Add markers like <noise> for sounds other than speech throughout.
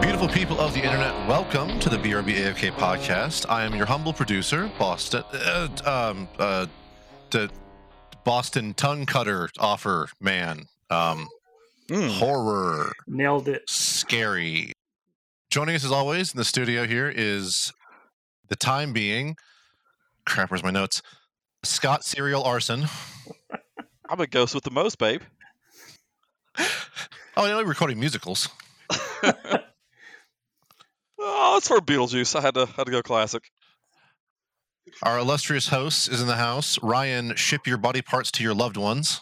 Beautiful people of the internet, welcome to the BRB AFK podcast. I am your humble producer, Boston, uh, um, uh, the Boston tongue cutter offer man. Um, Hmm. horror, Nailed it. scary. Joining us as always in the studio here is the time being, crap, where's my notes? Scott Serial Arson. I'm a ghost with the most, babe. Oh, you know, we're recording musicals. Oh, it's for Beetlejuice. I had to had to go classic. Our illustrious host is in the house. Ryan, ship your body parts to your loved ones.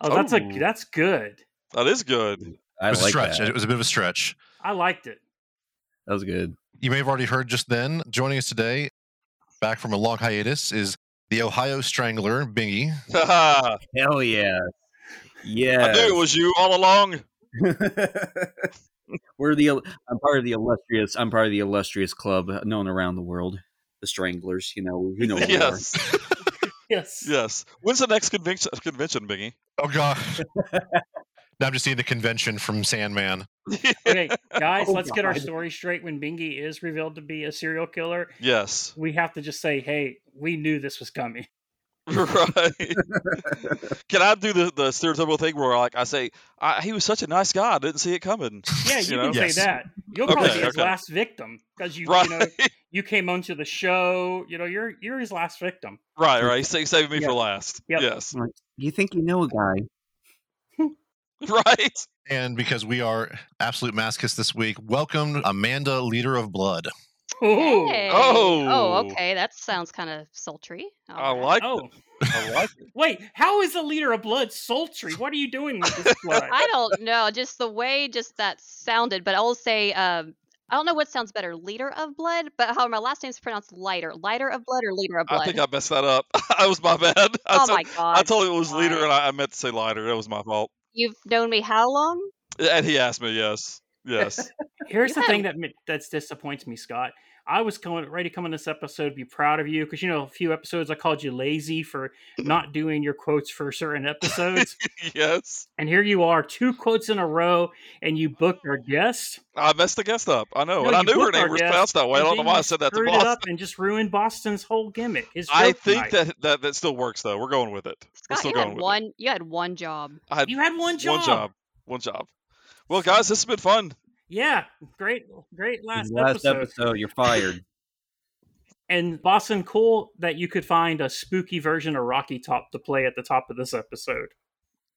Oh, that's a Oh. that's good. That is good. It I was a like stretch. that. It was a bit of a stretch. I liked it. That was good. you may have already heard just then. Joining us today, back from a long hiatus, is the Ohio Strangler, Bingy. <laughs> I Hell yeah. knew Yeah. it was you all along. <laughs> We're the il- I'm part of the illustrious I'm part of the illustrious club known around the world. The Stranglers, you know, <laughs> you know who we <laughs> are. yes, Yes. yes. When's the next convention? Convention, Bingy. Oh God! <laughs> now I'm just seeing the convention from Sandman. <laughs> Okay, guys, Oh, let's get our God. story straight. When Bingy is revealed to be a serial killer, yes, <laughs> we have to just say, "Hey, we knew this was coming." <laughs> right. Can I do the, the stereotypical thing where like I say I, he was such a nice guy, I didn't see it coming. Yeah, you, know? can Yes. say that. You'll probably Okay, be his okay. last victim because you, Right, <laughs> you know, you came onto the show. You know, you're you're his last victim. right, right. He's sa- saving me Yeah. for last. Yep. Yes, <laughs> You think you know a guy. right. And because we are absolute masochists this week, welcome Amanda, Leader of Blood. Ooh. Hey. Oh. Oh, okay. That sounds kind of sultry. All I right. like. Oh I like. <laughs> it. wait, how is the leader of blood sultry? What are you doing <laughs> with this blood? I don't know. Just the way just that sounded, but I'll say um, I don't know what sounds better, liter of blood, but how my last name's pronounced lighter. Lighter of blood or liter of blood? I think I messed that up. <laughs> that was my bad. I, oh said- my god. I told him it was leader, Why? and I, I meant to say lighter. That was my fault. You've known me how long? And he asked me, yes. <laughs> Yes. <laughs> Here's You the thing that mi- that's disappoints me, Scott. I was coming ready to come on this episode, be proud of you because you know a few episodes I called you lazy for Mm-hmm. not doing your quotes for certain episodes, yes. and here you are, two quotes in a row, and you booked our guest. I messed the guest up. I know. No, Oh, and I you knew her booked our name was guest, pronounced that way. I and don't know then why I you said that to screwed it Boston. up and just ruined Boston's whole gimmick. His I joke think tonight. that, that that still works though. We're going with it. We're Scott, still you going had with it. one you had one job. I had you had one job. one job. One job. Well, guys, this has been fun. <laughs> Yeah, great, great last, Last episode. episode. you're <laughs> fired. And Boston, cool that you could find a spooky version of Rocky Top to play at the top of this episode.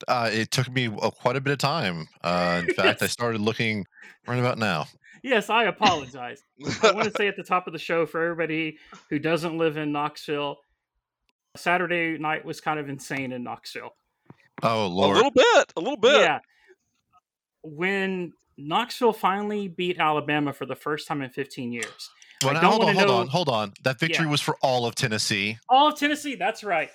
Uh, it took me uh, quite a bit of time. Uh, <laughs> in fact, I Yes. started looking right about now. Yes, I apologize. I <laughs> want to say at the top of the show for everybody who doesn't live in Knoxville, Saturday night was kind of insane in Knoxville. Oh a Lord! little bit. A little bit. Yeah. When Knoxville finally beat Alabama for the first time in 15 years. Well, I now, don't hold on, wanna hold on, know- hold on. That victory Yeah. was for all of Tennessee. All of Tennessee, that's right.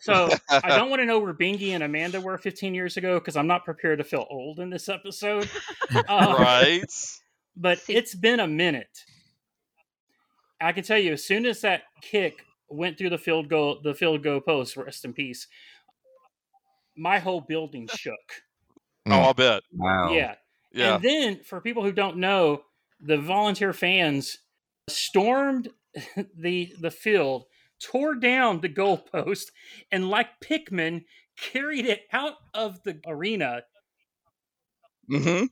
So I <laughs> don't want to know where Bingy and Amanda were 15 years ago because I'm not prepared to feel old in this episode. Uh, right. but See- it's been a minute. I can tell you, as soon as that kick went through the field goal, the field goal post, rest in peace. My whole building shook. Oh, I'll bet. Wow. Yeah. Yeah. And then, for people who don't know, the volunteer fans stormed <laughs> the the field, tore down the goalpost, and like Pikmin, carried it out of the arena hmm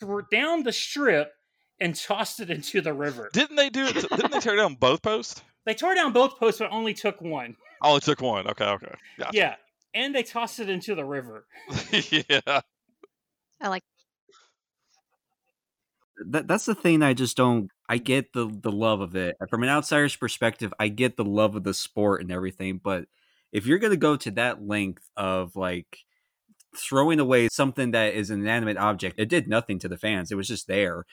threw it down the strip and tossed it into the river. Didn't they do it? didn't they tear down both posts? They tore down both posts, but only took one. I only took one. Okay. Okay. Gotcha. Yeah. And they tossed it into the river. Yeah. <laughs> yeah. I like That, that's the thing I just don't I get the the love of it. From an outsider's perspective, I get the love of the sport and everything, but if you're going to go to that length of like throwing away something that is an inanimate object, it did nothing to the fans. It was just there.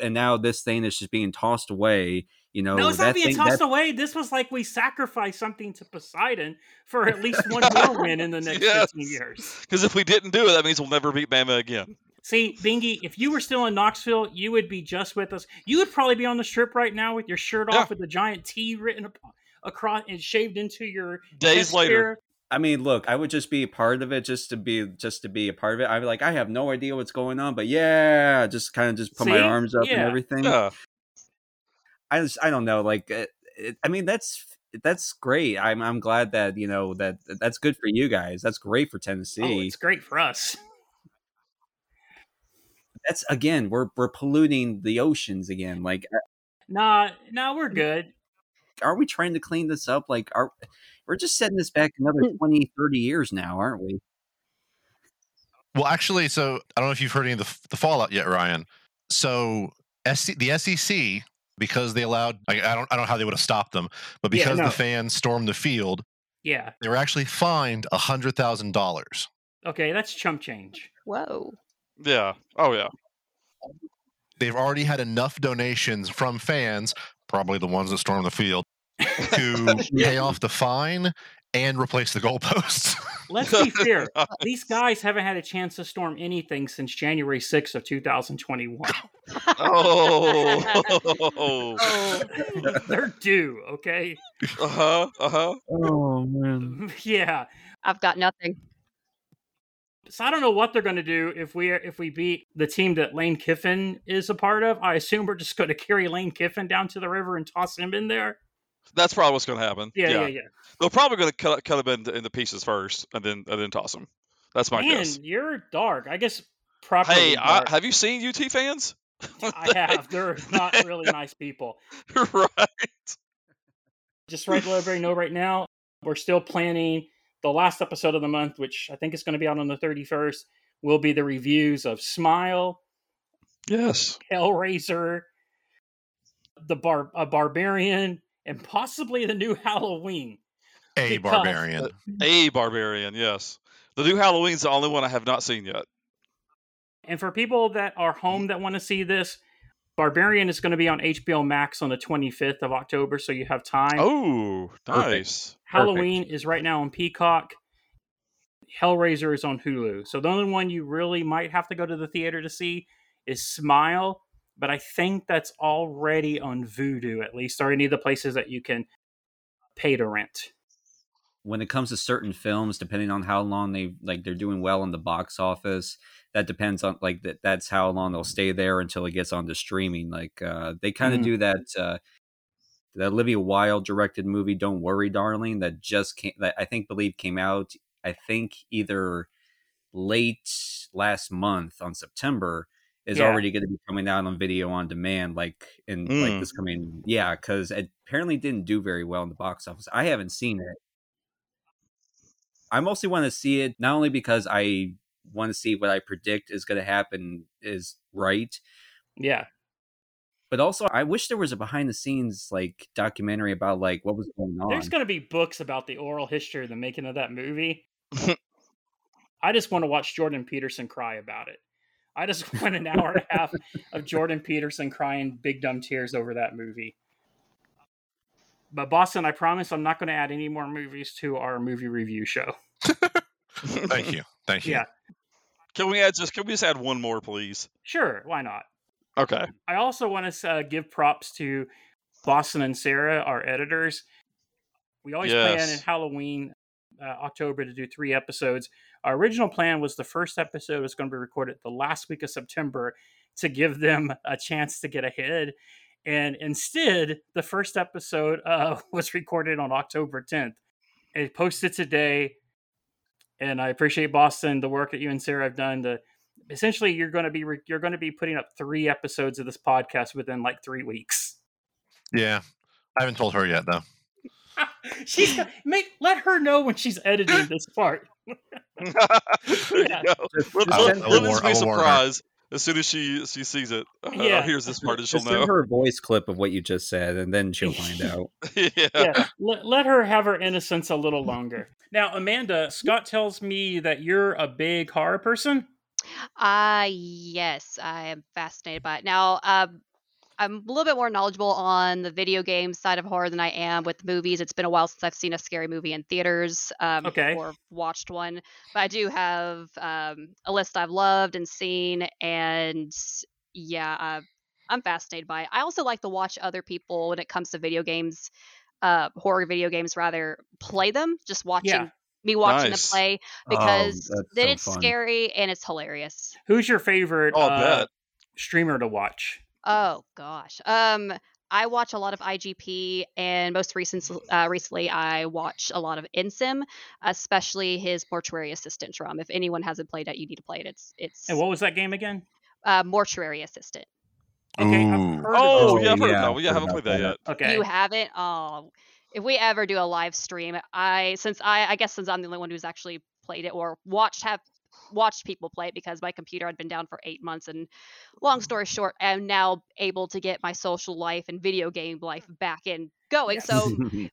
And now this thing is just being tossed away, you know, no, it's Oh, that not being thing- tossed that- away. This was like we sacrificed something to Poseidon for at least <laughs> one more win in the next Yes. 15 years. Because if we didn't do it, that means we'll never beat Bama again. See, Bingy, if you were still in Knoxville, you would be just with us. You would probably be on the strip right now with your shirt Yeah. off with a giant T written up, across and shaved into your Days chest later. hair. I mean, look, I would just be a part of it, just to be, just to be a part of it. I'd be like, I have no idea what's going on, but yeah, just kind of just put my See? arms up and Yeah. everything. Yeah. I just, I don't know. Like, it, it, I mean, that's that's great. I'm I'm glad that you know that that's good for you guys. That's great for Tennessee. Oh, it's great for us. that's again, we're we're polluting the oceans again. Like, Nah, nah, Mm. we're good. are we trying to clean this up? Like, are we're just setting this back another 20, 30 years now, aren't we? Well, actually, so I don't know if you've heard any of the, the fallout yet, Ryan. So SC, the SEC, because they allowed, I, I don't, I don't know how they would have stopped them, but Yeah, because no. the fans stormed the field, Yeah. they were actually fined a hundred thousand dollars. Okay, that's chump change. Whoa. Yeah. Oh yeah. They've already had enough donations from fans, probably the ones that stormed the <laughs> field, to pay off the fine and replace the goalposts. <laughs> <laughs> Let's be fair. These guys haven't had a chance to storm anything since January 6th of 2021. Oh. <laughs> Oh. <laughs> They're due, okay? <laughs> uh huh. Uh huh. Oh man. yeah. I've got nothing. So I don't know what they're going to do if we if we beat the team that Lane Kiffin is a part of. I assume we're just going to <laughs> carry Lane Kiffin down to the river and toss him in there. That's probably what's going to happen. Yeah, yeah, yeah. They're probably going to cut cut them into, into pieces first, and then and then toss them. That's my Man, guess. you're dark. I guess properly. Hey, I, dark. have you seen UT fans? <laughs> I have. They're not really nice people. right. Just right, let everybody know right now, we're still planning the last episode of the month, which I think is going to be out on the 31st, will be the reviews of Smile, Yes. Hellraiser, the bar- a Barbarian, and possibly the new <laughs> Halloween. a Because- barbarian. A barbarian. Yes. The new Halloween's the only one I have not seen yet. And for people that are home that want to see this, Barbarian is going to be on HBO Max on the 25th of October, so you have time. Oh, Perfect. nice. Halloween is right now on Peacock. Hellraiser is on Hulu. So the only one you really might have to go to the theater to see is Smile, but I think that's already on Vudu at least, or any of the places that you can pay to rent. when it comes to certain films depending on how long they like they're doing well in the box office that depends on like that that's how long they'll stay there until it gets onto streaming like uh they kind of Mhm. do that uh that olivia wilde directed movie don't worry darling that just came that i think believe came out i think either late last month on september is Yeah. already going to be coming out on video on demand like in like Mm. this coming yeah because it apparently didn't do very well in the box office i haven't seen it I mostly want to see it not only because I want to see what I predict is going to happen is right, Yeah. but also I wish there was a behind the scenes like documentary about like what was going on. There's going to be books about the oral history of the making of that movie. I just want to watch Jordan Peterson cry about it. I just <laughs> want an hour and a half of Jordan Peterson crying big dumb tears over that movie. But Boston, I promise I'm not going to add any more movies to our movie review show. Thank you. Thank you. Yeah. <laughs> Can we add just can we just add one more, please? Sure, why not? Okay. I also want to uh, give props to Boston and Sarah, our editors. We always plan in Yes. Halloween, uh, October, to do three episodes. Our original plan was the first episode was going to be recorded the last week of September to give them a chance to get ahead. And instead, the first episode uh, <laughs> was recorded on October 10th. It posted today. And I appreciate Boston, the work that you and Sarah have done to essentially you're going to be re- you're going to be putting up three episodes of this podcast within like three weeks. Yeah. I haven't told her yet though. <laughs> She's go- make let her know when she's editing <laughs> this part. <laughs> there Yeah. you go. Just- Let, just let- send I will let this warn- be I a will warn her. surprise as soon as she she sees it. <laughs> Uh, Yeah. here's this part, <laughs> and she'll just send know. her a voice clip of what you just said, and then she'll find out. <laughs> yeah. Yeah, let, let her have her innocence a little longer. Now, Amanda, Scott tells me that you're a big horror person. Ah, yes, I am fascinated by it. Now, um, I'm a little bit more knowledgeable on the video game side of horror than I am with movies. It's been a while since I've seen a scary movie in theaters um, Okay. or watched one, but I do have um, a list I've loved and seen, and yeah, I, I'm fascinated by it. I also like to watch other people when it comes to video games, uh, horror video games rather, play them. Just watching me watching Nice. the play because Um, Oh, that's then so it's fun. scary and it's hilarious. Who's your favorite Oh, I uh, bet. streamer to watch? Oh gosh. Um, I watch a lot of IGP, and most recent uh, recently I watch a lot of Insim, especially his Mortuary Assistant drum. If anyone hasn't played it, you need to play it. It's it's And what was that game again? uh, Mortuary Assistant. Okay, Ooh. I've heard Oh, of this yeah, I've game. heard yeah, of that. one. Yeah, I heard haven't about played that that. yet. Okay. You haven't? Oh, if we ever do a live stream, I since I I guess since I'm the only one who's actually played it or watched have watched people play it because my computer had been down for eight months and Mm-hmm. long story short i'm now able to get my social life and video game life back in going Yes. <laughs> so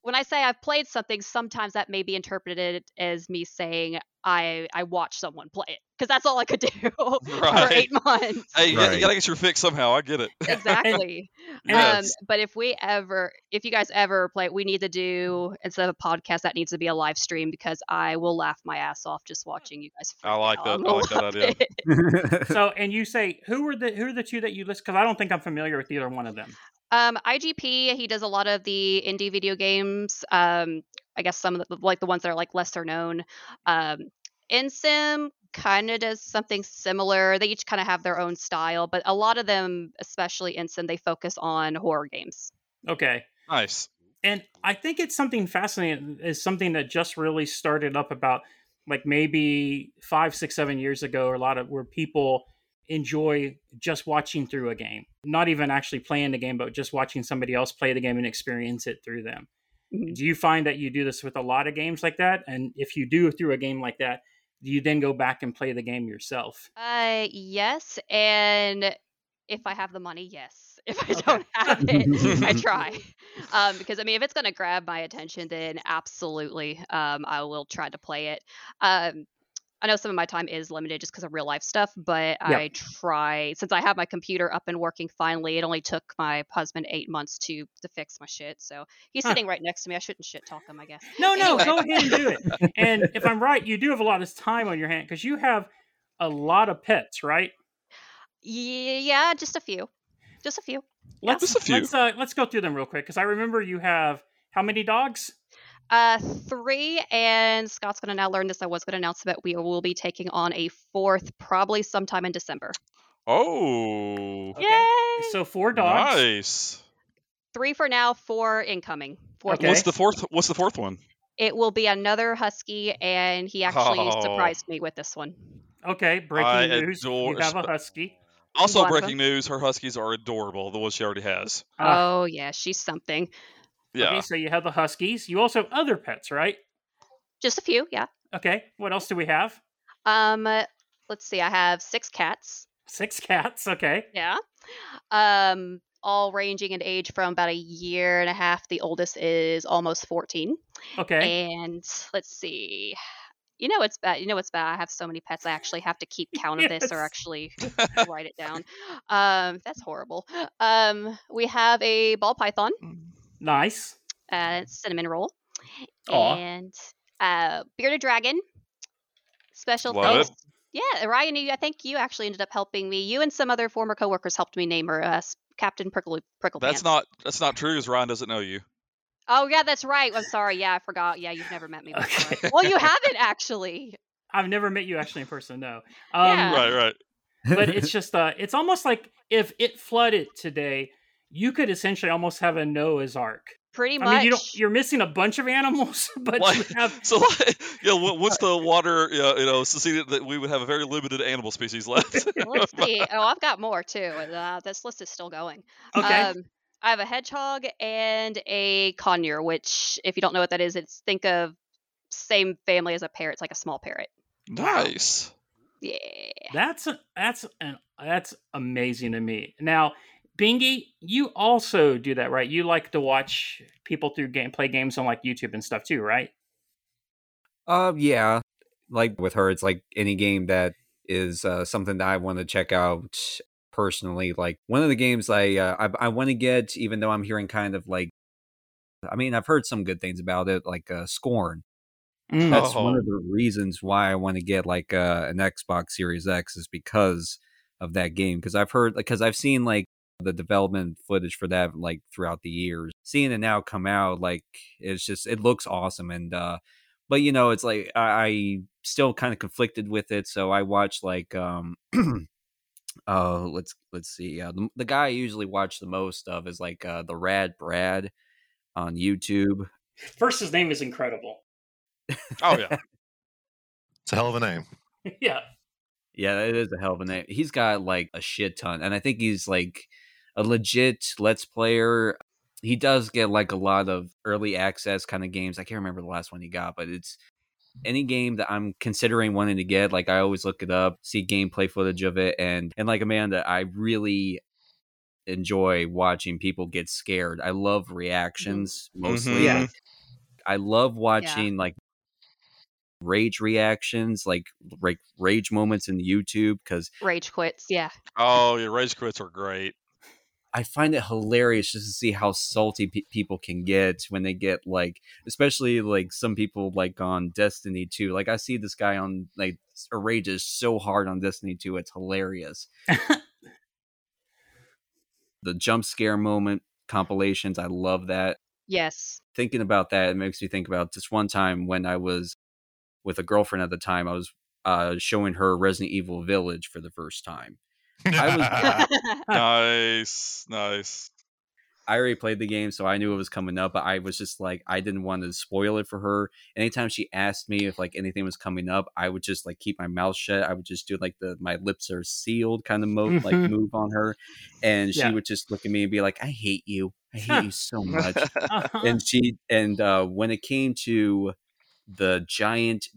when I say I've played something, sometimes that may be interpreted as me saying I I watched someone play it because that's all I could <laughs> <laughs> do <laughs> Right. for eight months. Hey, you, gotta, you Right. gotta get your fix somehow. I get it. <laughs> exactly. And um, Yes. but if we ever, if you guys ever play, it, we need to do instead of a podcast that needs to be a live stream because I will laugh my ass off just watching you guys. Mm. I like that. I like that <laughs> idea. that. <laughs> so, <laughs> and you say who are the who are the two that you list? Because I don't think I'm familiar with either one of them. Um, IGP, he does a lot of the indie video games. Um, I guess some of the like the ones that are like lesser known. Um, InSim kind of does something similar. They each kind of have their own style, but a lot of them, especially InSim, they focus on horror games. Okay. Nice. and I think it's something fascinating is something that just really started up about like maybe five, six, seven years ago, or a lot of where people enjoy just watching through a game, not even actually playing the game, but just watching somebody else play the game and experience it through them. Mhm. Do you find that you do this with a lot of games like that? And if you do through a game like that, do you then go back and play the game yourself? Uh, yes, and if I have the money, yes. <laughs> If I Okay. don't have <laughs> it, I try. Um, because I mean, if it's going to grab my attention, then absolutely, um, I will try to play it. Um, I know some of my time is limited just because of real life stuff, but Yeah. I try. Since I have my computer up and working finally, it only took my husband eight months to to fix my shit. So he's Huh. sitting right next to me. I shouldn't shit talk him, I guess. No, no, Anyway. go ahead and do it. And if I'm right, you do have a lot of time on your hand because you have a lot of pets, right? Yeah, just a few, just a few. Let's Just a few. let's uh, let's go through them real quick because I remember you have how many dogs? Uh, three, and Scott's going to now learn this. I was going to announce it, but we will be taking on a fourth probably sometime in December. Oh, Okay. Yay! So four dogs. nice. Three for now, four incoming. Four Okay. What's the fourth? What's the fourth one? It will be another husky, and he actually Oh. surprised me with this one. Okay, breaking I news: adore- you have a husky. Also, Wanda. breaking news: her huskies are adorable. The one she already has. Uh, oh yeah, she's something. Yeah. Okay, so you have the huskies. You also have other pets, right? Just a few, yeah. Okay. What else do we have? Um, uh, let's see. I have six cats. Six <laughs> cats. Okay. Yeah. Um, all ranging in age from about a year and a half. The oldest is almost fourteen. Okay. And let's see. You know it's bad. You know it's bad. I have so many pets. I actually have <laughs> to keep count of this or Yes. <laughs> actually <laughs> write it down. Um, that's horrible. Um, we have a ball python, Mm. Nice. uh, cinnamon roll, Eh. Aw. and uh, bearded dragon. Special Love it. thanks. Yeah, Ryan, you, I think you actually ended up helping me. You and some other former coworkers helped me name her uh, s- Captain Prickle Prickle That's Pants. not that's not true because Ryan doesn't know you. Oh yeah, that's right. I'm sorry. Yeah, I forgot. Yeah, you've never met me <laughs> before. Okay. Well, you haven't actually. I've never met you actually in person. No. Um, <laughs> Yeah. Right, right. <laughs> but it's just uh it's almost like if it flooded today you could essentially almost have a noah's ark Pretty much. i mean you don't you're missing a bunch of animals <laughs> but you Like- have So, <laughs> like, you know, <laughs> on- once the water, you know, you know, seceded, that we would have a very limited animal <laughs> species left. Let's <laughs> see. Oh, I've got more too. Uh, this list is still going. Um, okay I have a hedgehog and a conure, which, if you don't know what that is, it's think of same family as a parrot. It's like a small parrot. nice. Yeah. that's a, that's an that's amazing to me now bingy you also do that right you like to watch people through game play games on like youtube and stuff too right Um, yeah, like with her, it's like any game that is uh, something that I want to check out personally. Like one of the games I uh, I, I want to get, even though I'm hearing kind of like, I mean, I've heard some good things about it, like uh, Scorn. Mm. That's one Oh. of the reasons why I want to get like uh, an Xbox Series X is because of that game. Because I've heard, because I've seen like the development footage for that like throughout the years. Seeing it now come out, like it's just it looks awesome. And uh, but you know, it's like I, I still kind of conflicted with it. So I watched like, um, <clears throat> uh, let's let's see, uh, the, the guy I usually watch the most of is like uh, the Rad Brad on YouTube. <laughs> First, his name is incredible. <laughs> Oh yeah. It's a hell of a name. <laughs> yeah. Yeah, it is a hell of a name. He's got like a shit ton, and I think he's like a legit Let's player. He does get like a lot of early access kind of games. I can't remember the last one he got, but it's any game that I'm considering wanting to get. Like I always look it up, see gameplay footage of it, and and like Amanda, I really enjoy watching people get scared. I love reactions mostly. Mhm. Yeah. Like, I love watching like rage reactions, like like rage moments in YouTube because Rage quits. Yeah. Oh, your rage quits are great. <laughs> I find it hilarious just to see how salty pe- people can get when they get like, especially like some people like on Destiny 2. Like I see this guy on like rages so hard on Destiny 2, it's hilarious. Uh-huh. The jump scare moment compilations, I love that. Yes. <laughs> Thinking about that, it makes me think about this one time when I was with a girlfriend at the time. I was uh, showing her Resident Evil Village for the first time. <laughs> Uh. I Nice, nice. I already played the game, so I knew it was coming up, but I was just like, I didn't want to spoil it for her. Anytime she asked me if like anything was coming up, I would just like keep my mouth shut. I would just do like the my lips are sealed kind of move, like Mhm. move on her, and she Yeah. would just look at me and be like, "I hate you, I hate you so much." Uh-huh. and she and uh, when it came to the giant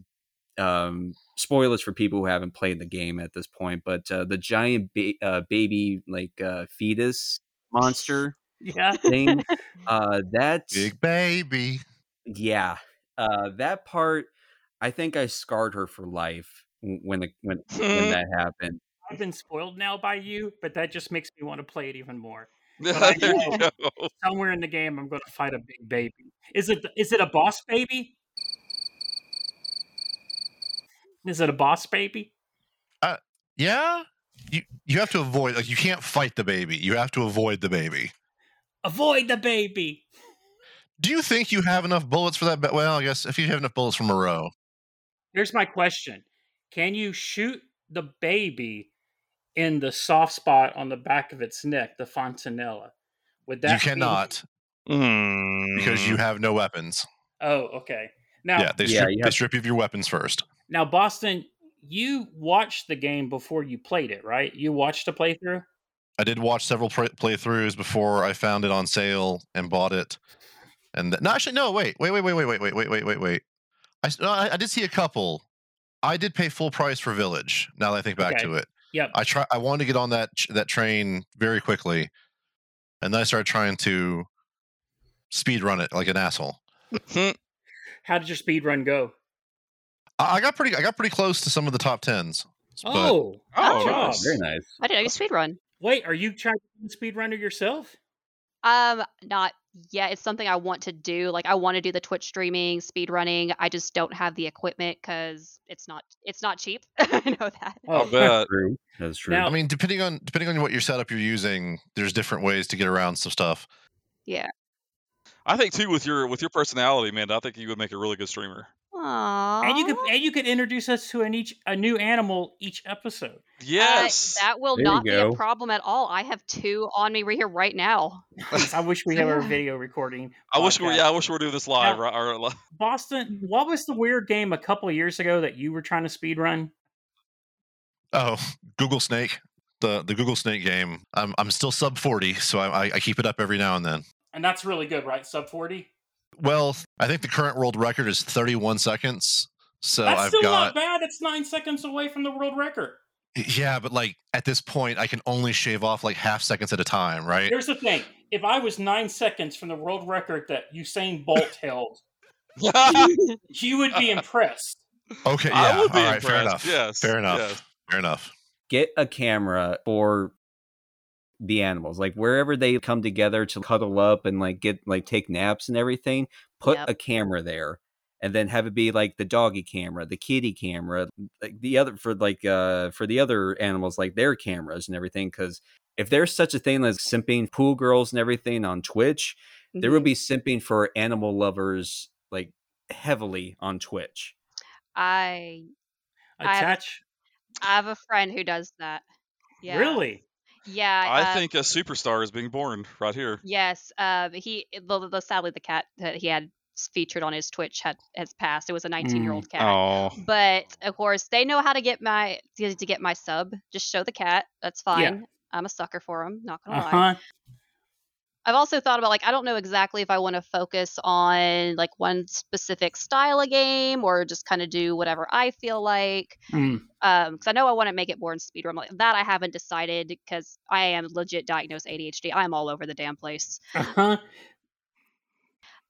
um, spoilers for people who haven't played the game at this point, but uh, the giant ba- uh, baby like uh, fetus monster yeah. thing. Uh, that Big baby. yeah, uh, that part. I think I scarred her for life w- when the, when Mm. <laughs> when that happened. I've been spoiled now by you, but that just makes me want to play it even more. there But I you know- go. Somewhere in the game, I'm going to fight a big baby. Is it is it a boss baby? Is it a boss baby? Yeah. You you have to avoid like you can't fight the baby. You have to avoid the baby. Avoid the baby. Do you think you have enough bullets for that? Ba- well, I guess if you have enough bullets from a row, Here's my question: Can you shoot the baby in the soft spot on the back of its neck, the fontanella? Would that you be- cannot because you have no weapons. Oh, okay. Now, yeah, they Mm. Yeah, strip, you they have- strip you of your weapons first. now, Boston, you watched the game before you played it, right? You watched a playthrough. I did watch several play- playthroughs before I found it on sale and bought it. And th- no, actually, no. Wait, wait, wait, wait, wait, wait, wait, wait, wait, wait, wait. I, s- no, I I did see a couple. I did pay full price for Village. Now that I think back Okay. to it, Yep. Uh, I try. I wanted to get on that ch- that train very quickly, and then I started trying to speed run it like an asshole. How did your speed run go? I, I got pretty. I got pretty close to some of the top tens. but Oh, oh, Good job. nice. Very nice. I did. I do speedrun. wait, are you trying to speed runner yourself? Um, not yet. It's something I want to do. Like I want to do the Twitch streaming, speed running. I just don't have the equipment because it's not it's not cheap. <laughs> I know that. I'll Oh. bet. True. That's true. Now- I mean, depending on depending on what your setup you're using, there's different ways to get around some stuff. I think too with your with your personality, man. I think you would make a really good streamer. Aww. Oh. And you could and you could introduce us to an each a new animal each <laughs> episode. Yes. Uh, that will There you not be a go. problem at all. I have two on me right here right <laughs> now. I wish we had our Yeah. video recording. I wish we were, podcast. yeah, I wish we were doing this live. Now- right, or <laughs> li- Boston, Mm-hmm. what was the weird game a couple of years ago that you were trying to speed run? Oh, <laughs> Google Snake, the the Google Snake game. I'm I'm still sub forty, so I, I, I keep it up every now and then. And that's really good, right? Sub forty. Well, I think the current world record is 31 seconds. So that's I've still got not bad. It's nine seconds away from the world record. yeah, but like at this point, I can only shave off like half seconds at a time, right? Here's the thing: if I was nine seconds from the world record that Usain Bolt <laughs> held, you would be impressed. Okay, yeah, I would be all right, fair impressed, enough. yes, fair enough. yes. Fair enough. get a camera for the animals like wherever they come together to cuddle up and like get like take naps and everything put Yep. a camera there and then have it be like the doggy camera the kitty camera like the other for like uh for the other animals like their cameras and everything because if there's such a thing as simping pool girls and everything on twitch there will be simping for animal lovers like heavily on Twitch. I I have a- Attach. I have a friend who does that. Yeah. Really? Yeah. <laughs> I uh, think a superstar is being born right here. Yes. Um. He. The, the, sadly, the cat that he had s- featured on his Twitch had has passed. It was a 19 year old cat. Oh, But of course, they know how to get my to to get my sub. Just show the cat. That's fine. Yeah. I'm a sucker for them. Not <laughs> gonna Uh lie. huh. I've also thought about like I don't know exactly if I want to focus on like one specific style of game or just kind of do whatever I feel like. Mm. Um, because I know I want to make it more in speedrun. Like that, I haven't decided because I am legit diagnosed ADHD. I'm all over the damn place. Uh huh.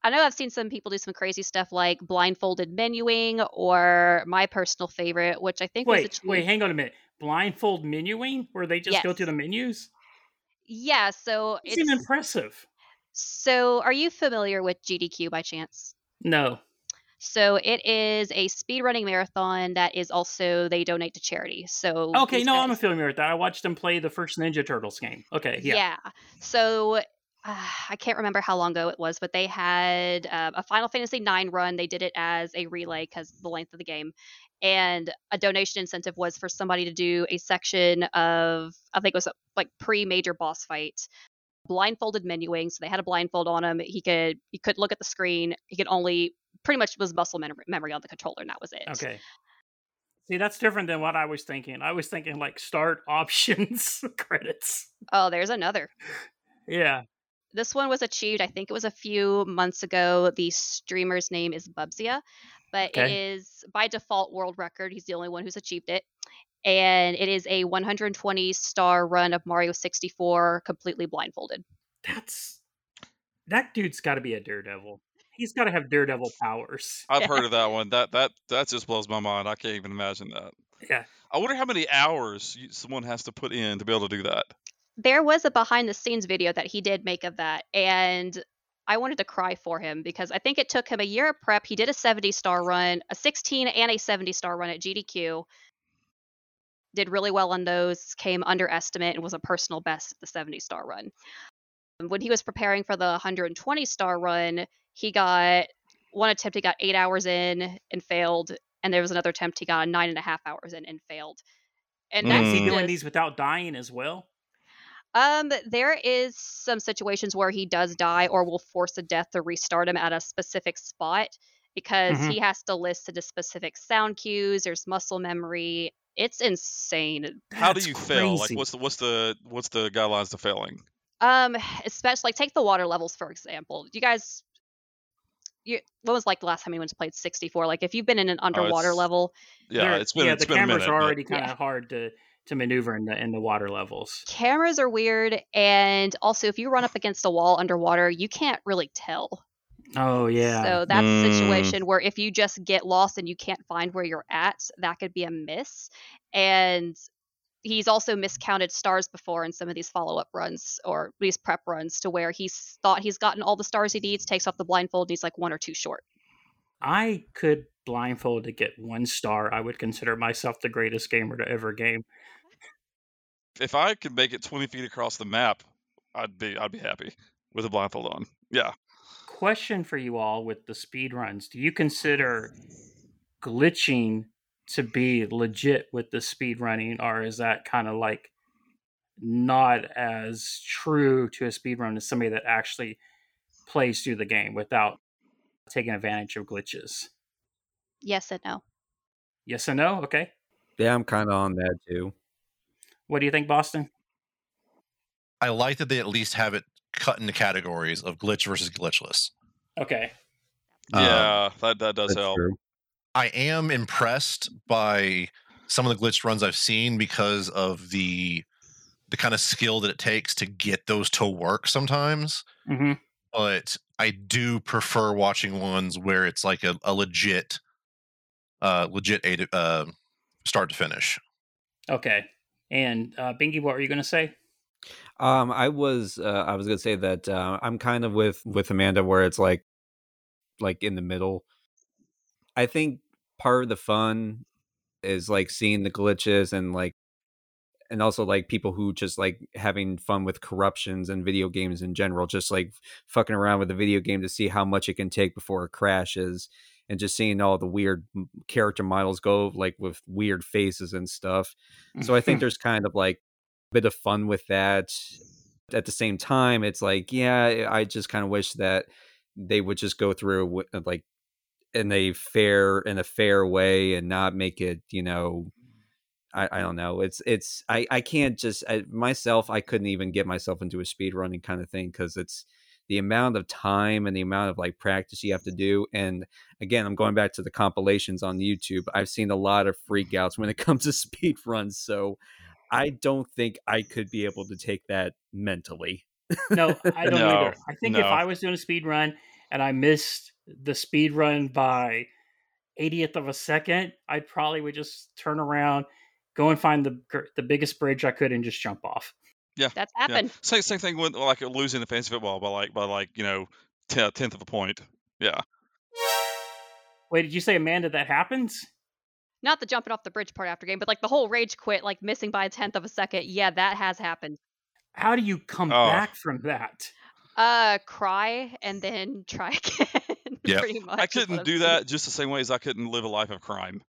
I know I've seen some people do some crazy stuff like blindfolded menuing or my personal favorite, which I think was Wait, a wait, hang on a minute. Blindfold menuing, where they just go Yes. through the menus. Yeah, so It's, it's impressive. so. Are you familiar with GDQ by chance? No. So it is a speedrunning marathon that is also they donate to charity. So Okay, these no, I'm guys- familiar with that. I watched them play the first Ninja Turtles game. Okay, yeah. So uh, I can't remember how long ago it was, but they had um, a Final Fantasy IX run. They did it as a relay because the length of the game. And a donation incentive was for somebody to do a section of, I think it was uh, like pre major boss fight, blindfolded menuing. So they had a blindfold on him. He could he could look at the screen. He could only pretty much was muscle mem- memory on the controller, and that was it. Okay. See, that's different than what I was thinking. I was thinking like start <laughs> options <laughs> credits. Oh, there's another. Yeah. this one was achieved i think it was a few months ago the streamer's name is bubsia but Okay. it is by default world record he's the only one who's achieved it and it is a 120 star run of mario 64 completely blindfolded That's that dude's gotta be a daredevil. He's gotta have daredevil powers. I've Yeah. heard of that one. That that that just blows my mind. I can't even imagine that. Yeah. I wonder how many hours you, someone has to put in to be able to do that. there was a behind the scenes video that he did make of that and i wanted to cry for him because i think it took him a year of prep he did a 70 star run a 16 and a 70 star run at gdq did really well on those came under estimate and was a personal best at the 70 star run when he was preparing for the 120 star run he got one attempt he got eight hours in and failed and there was another attempt he got nine and a half hours in and failed and Mm. that's Is he doing just- these without dying as well? um, there is some situations where he does die or will force a death to restart him at a specific spot because Mhm. he has to listen to specific sound cues. There's muscle memory. It's insane. How do That's you fail? Like crazy. what's the what's the what's the guidelines to failing? Um, especially like take the water levels for example. You guys, you when was like the last time anyone's played 64? Like if you've been in an underwater it's- level, Yeah, They're- it's been yeah, it's the been a cameras minute. are but- already kind of Yeah. hard to to maneuver in the in the water levels. cameras are weird, and also if you run up against a wall underwater, you can't really tell. Oh So that's a Mm. situation where if you just get lost and you can't find where you're at, that could be a miss. And he's also miscounted stars before in some of these follow up runs or these prep runs to where he's thought he's gotten all the stars he needs, takes off the blindfold, and he's like one or two short. I could blindfold to get one star. I would consider myself the greatest gamer to ever game. If I could make it 20 feet across the map, I'd be I'd be happy with a blindfold on. Yeah. Question for you all with the speed runs: Do you consider glitching to be legit with the speed running, or is that kind of like not as true to a speed run as somebody that actually plays through the game without taking advantage of glitches? Yes and no. Yes and no. Okay. Yeah, I'm kind of on that too. What do you think, Boston? I like that they at least have it cut into categories of glitch versus glitchless. Okay. Um, yeah, that that does That's help. true. I am impressed by some of the glitch runs I've seen because of the the kind of skill that it takes to get those to work sometimes. Mm-hmm. But I do prefer watching ones where it's like a, a legit, uh, legit a to, uh, start to finish. Okay. And uh, Bingy, what were you going to say? Um, I was uh, I was gonna say that uh, I'm kind of with with Amanda where it's like like in the middle. I think part of the fun is like seeing the glitches and like and also like people who just like having fun with corruptions and video games in general, just like fucking around with the video game to see how much it can take before it crashes and just seeing all the weird m- character models go like with weird faces and stuff. So I Hmm. think there's kind of like a bit of fun with that. At the same time, it's like, yeah, I just kind of wish that they would just go through wi- uh, like in a fair in a fair way and not make it, you know, I, I don't know. It's it's I I can't just I, myself. I couldn't even get myself into a speed running kind of thing because it's the amount of time and the amount of like practice you have to do. And again, I'm going back to the compilations on YouTube. I've seen a lot of freakouts when it <laughs> comes to speed runs. So I don't think I could be able to take that mentally. No, I don't No, either. I think if no. I was doing a speed run and I missed the speed run by 80th of a second, I probably would just turn around, go and find the gr- the biggest bridge I could and just jump off. That's Yeah. happened. Same same thing with like losing the fantasy football by like by like you know te- tenth of a point. Yeah. Wait, did you say Amanda that happens? Not the jumping off the bridge part after game, but like the whole rage quit, like missing by a tenth of a second. Yeah, that has happened. How do you come Oh. back from that? Uh, cry and then try <laughs> again. Yep. pretty much. I is what couldn't I'm do saying. that just the same way as I couldn't live a life of crime.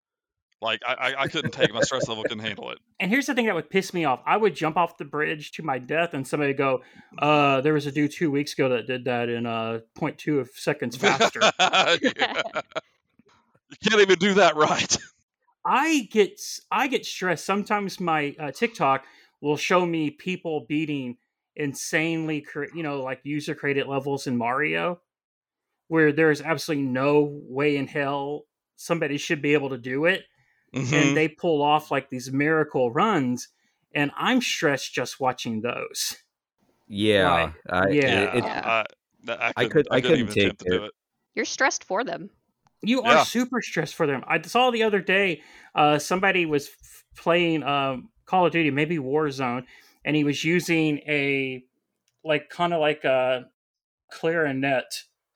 Like I, I, I couldn't take it. My stress level couldn't handle it. And here's the thing that would piss me off. I would jump off the bridge to my death, and somebody would go, uh, there was a dude two weeks ago that did that in uh 0.2 of seconds faster. <laughs> Yeah. you can't even do that right. I get s- I get stressed. Sometimes my uh, TikTok will show me people beating insanely, cre- you know, like user created levels in Mario, where there is absolutely no way in hell somebody should be able to do it, Mhm. Mm-hmm. and they pull off like these miracle runs, and I'm stressed just watching those. Yeah, I, it- Yeah. it's- I, that- I, I couldn't, could- I couldn't I couldn't even take attempt to it. do it. You're stressed for them. You Yeah. are super stressed for them. I saw the other day uh, somebody was f- playing um, Call of Duty, maybe Warzone, and he was using a like kind of like a clarinet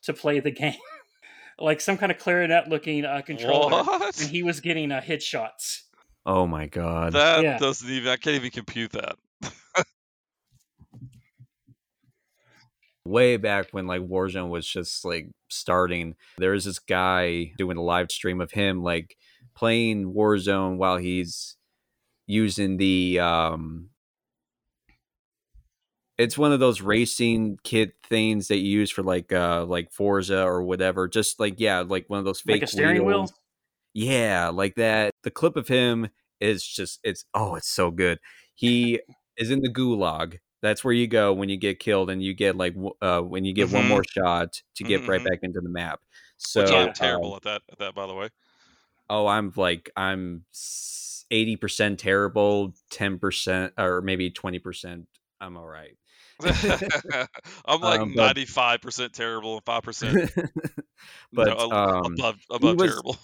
to play the <laughs> game, like some kind of clarinet looking uh, controller, What? and he was getting uh, headshots. oh my god. That Yeah. doesn't even. I can't even compute that. way back when like Warzone was just like starting, there was this guy doing a live stream of him like playing Warzone while he's using the um it's one of those racing kit things that you use for like uh like Forza or whatever. Just like yeah, like one of those fake Like a steering wheels. wheel? Yeah, like that. The clip of him is just it's oh, it's so good. He is in the gulag. That's where you go when you get killed and you get like w- uh when you get one Mhm. more shot to get right Mhm. back into the map. So Which Yeah. I'm uh, terrible at that. At that, by the <laughs> way. <laughs> oh, I'm like I'm s- 80% terrible, 10% or maybe 20% I'm all right. I'm like Um, but- 95 percent terrible and five <laughs> percent but um, above above was- terrible.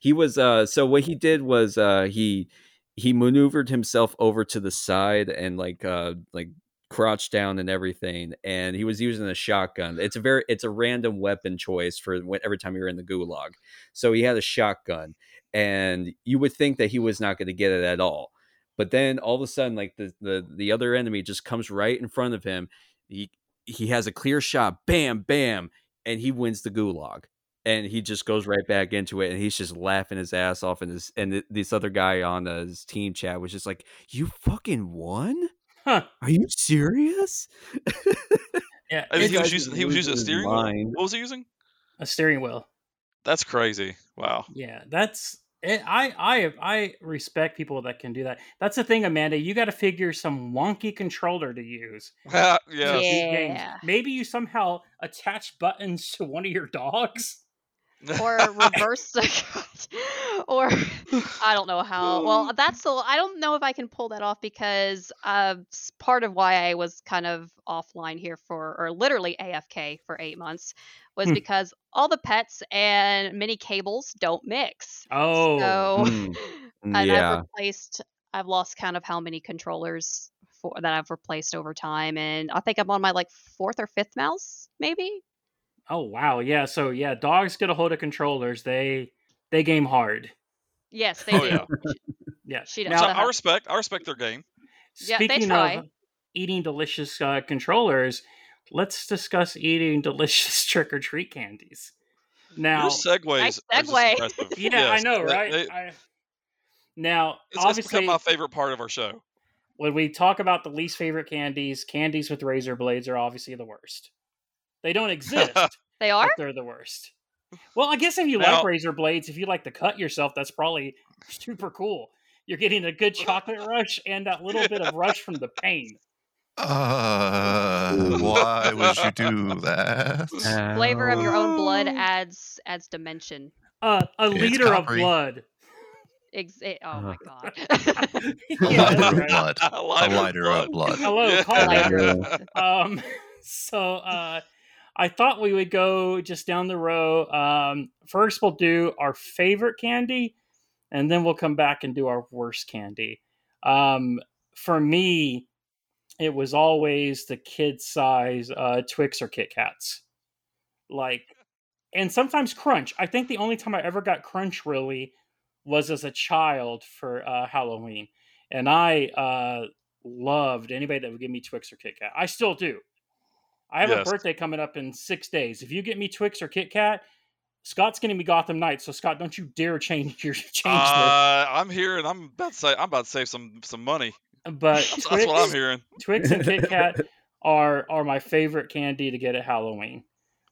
he was uh so what he did was uh he he maneuvered himself over to the side and like uh like crouched down and everything and he was using a shotgun it's a very it's a random weapon choice for when, every time you're in the gulag so he had a shotgun and you would think that he was not going to get it at all but then all of a sudden like the, the the other enemy just comes right in front of him he he has a clear shot bam bam and he wins the gulag and he just goes right back into it and he's just laughing his ass off and this and th- this other guy on uh, his team chat was just like you fucking won Huh. are you serious <laughs> Yeah, I mean, it's he was Guy's using he was losing using a his steering wheel. mind. What was he using? a steering wheel. That's crazy. Wow. Yeah, that's it, I I I respect people that can do that. That's the thing, Amanda. You got to figure some wonky controller to use. <laughs> yeah. to Yeah. shoot games. Maybe you somehow attach buttons <laughs> to one of your dogs. <laughs> or Oh, reverse <laughs> or I don't know how. Well, that's the I don't know if I can pull that off because uh, s- part of why I was kind of offline here for or literally AFK for 8 months was Hmm. because all the pets and mini cables don't mix. Oh, So Mm, <laughs> and yeah I've replaced I've lost count of how many controllers for that I've replaced over time and I think I'm on my like fourth or fifth mouse maybe. oh wow, yeah. So yeah, dogs get a hold of controllers. They they game hard. Yes, they Oh do. yeah. Yeah. She So does. Now, that I help. respect I respect their game. Yeah, they speaking try. of eating delicious <laughs> uh, controllers, let's discuss eating delicious trick or treat candies. Now, Your segues. are just segue. impressive. <laughs> yeah, Yes, I know, they- right? they- I, now, it's, it's obviously, become my favorite part of our <laughs> show. when we talk about the least favorite candies, candies with razor blades are obviously the worst. They <laughs> don't exist, They are? but they're the worst. Well, I guess if you Now- like razor blades, if you like to cut yourself, that's probably <laughs> super cool. You're getting a good chocolate rush and that little bit of rush from the pain. Uh, Ooh. why would you do that? Flavor of Uh, your own blood Ow. adds adds dimension. Uh, a It's liter of coppery. <laughs> blood. <laughs> Ex- it- oh my god. A <laughs> Yeah, that's lighter of <laughs> blood. right. A A lighter, lighter of blood. <laughs> Hello, call <laughs> Yeah. um <laughs> so uh i thought we would go just down the row um first we'll do our favorite candy and then we'll come back and do our worst candy um for me it was always the kid size uh twix or kit kats like and sometimes crunch i think the only time i ever got crunch really was as a child for uh halloween and i uh loved anybody that would give me Twix or Kit Kat. I still do. I have Yes. a birthday coming up in six days. If you get me Twix or Kit Kat, Scott's getting me Gotham Knights. So Scott, don't you dare change your <laughs> change Uh, I'm hearing. I'm about to say. I'm about to save some some money. this. <laughs> But That's, that's Twix, what I'm hearing. Twix and Kit <laughs> Kat are are my favorite candy to get at Halloween.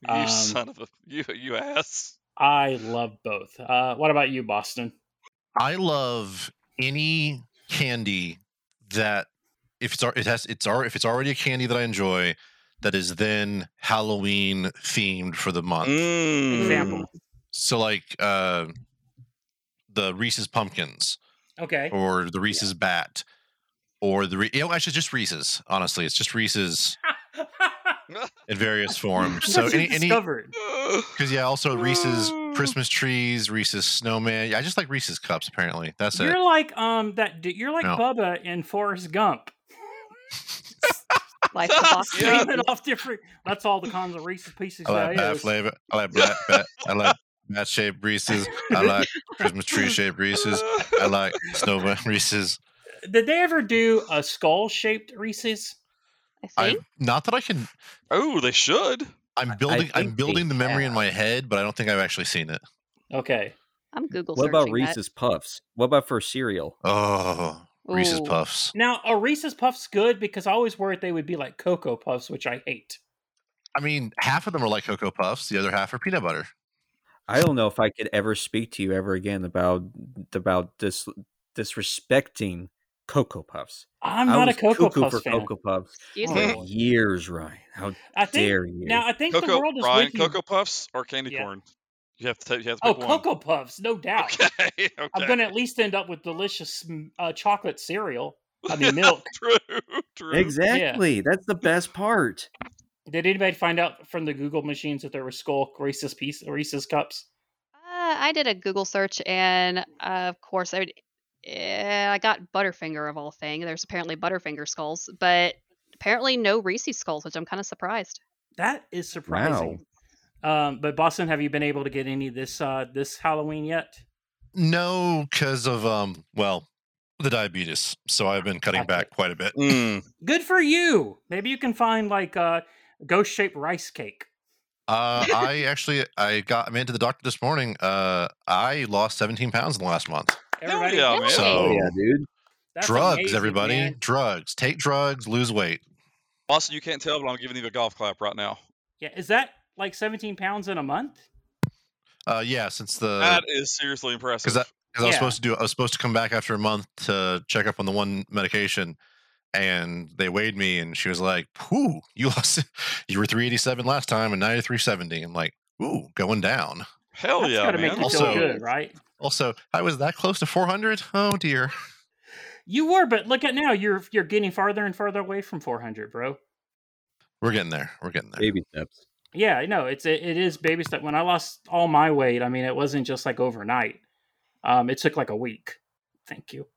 You Um, son of a you you ass. I love both. Uh, what about you, Boston? I love any candy that if it's al- it has it's al- if it's already a candy that I enjoy that is then Halloween themed for the month. Mm. <laughs> Example. So like uh the Reese's pumpkins Okay. Oh. <laughs> or the Reese's bat or the Re- you know, actually just Reese's honestly it's just Reese's in <laughs> various forms. So What you any any discovered. cuz yeah also Reese's Ooh. Christmas trees, Reese's snowman. Yeah, I just like Reese's cups apparently. That's it. You're like um that. du- You're like No. Bubba in Forrest Gump. <laughs> Life of <laughs> Boston. Yeah. Name it off different. That's all the kinds of Reese's pieces. I like there bat is. flavor. I like black bat. I like bat shaped Reese's. I like Christmas tree shaped Reese's. I like snowman <laughs> Reese's. <laughs> Did they ever do a skull shaped Reese's? I I think. not that I can. oh, they should. I'm building. I'm think building they the memory in my head, but I don't think I've actually seen it. Okay. I'm Google What about searching that. Reese's Puffs? What about for cereal? Oh, Reese's Ooh. Puffs. Now, are Reese's Puffs good? Because I always worried they would be like Cocoa Puffs, which I hate. I mean, half of them are like cocoa puffs. The other half are peanut butter. I don't know if I could ever speak to you ever again about about dis, disrespecting Cocoa Puffs. I'm I not a was Cocoa cuckoo Puffs for fan. Cocoa Puffs Excuse Oh, me. for <laughs> years, Ryan. How I think dare you? now I think the Cocoa, world is Ryan, with you. Cocoa Puffs or candy Yeah. corn? You have to take. You have to oh, pick one. Cocoa Puffs, no doubt. <laughs> Okay. okay. I'm going to at least end up with delicious mm, uh, chocolate cereal. I mean, milk. <laughs> true. True. exactly. That's the best part. Did anybody find out from the Google machines if there were skull Reese's piece Reese's cups? Uh, I did a Google search, and uh, of course, I, eh, I got Butterfinger of all things. There's apparently Butterfinger skulls, but apparently no Reese's skulls, which I'm kind of surprised. That is surprising. Um, but Boston, have you been able to get any this uh, this Halloween yet? No, because of um. Well, the diabetes. So I've been cutting Gotcha. back quite a bit. Mm. Good for you. Maybe you can find like a ghost shaped rice cake. Uh, I actually I got I'm into the doctor this morning. Uh, I lost 17 pounds in the last month. Hell Everybody, yeah, man. Really? So- Oh yeah, dude. that's drugs, amazing, everybody. man. Drugs. Take drugs. Lose weight. Boston, you can't tell, but I'm giving you a golf clap right now. Yeah, is that like 17 pounds in a month? Uh, yeah, since the that is seriously impressive. because I, 'cause I was Yeah. supposed to do I was supposed to come back after a month to check up on the one medication, and they weighed me, and she was like, "Pooh, you <laughs> lost. You were 387 last time, and now you're 370." I'm like, "Ooh, going down." Hell That's Oh, yeah, gotta make man. you feel Also- good, right? Also, I was that close to 400. Oh dear. You were, but look at now. You're you're getting farther and farther away from 400, bro. We're getting there. We're getting there. Baby steps. Yeah, no, it's it, it is baby step. When I lost all my weight, I mean, it wasn't just like overnight. Um, it took like a week. Thank you.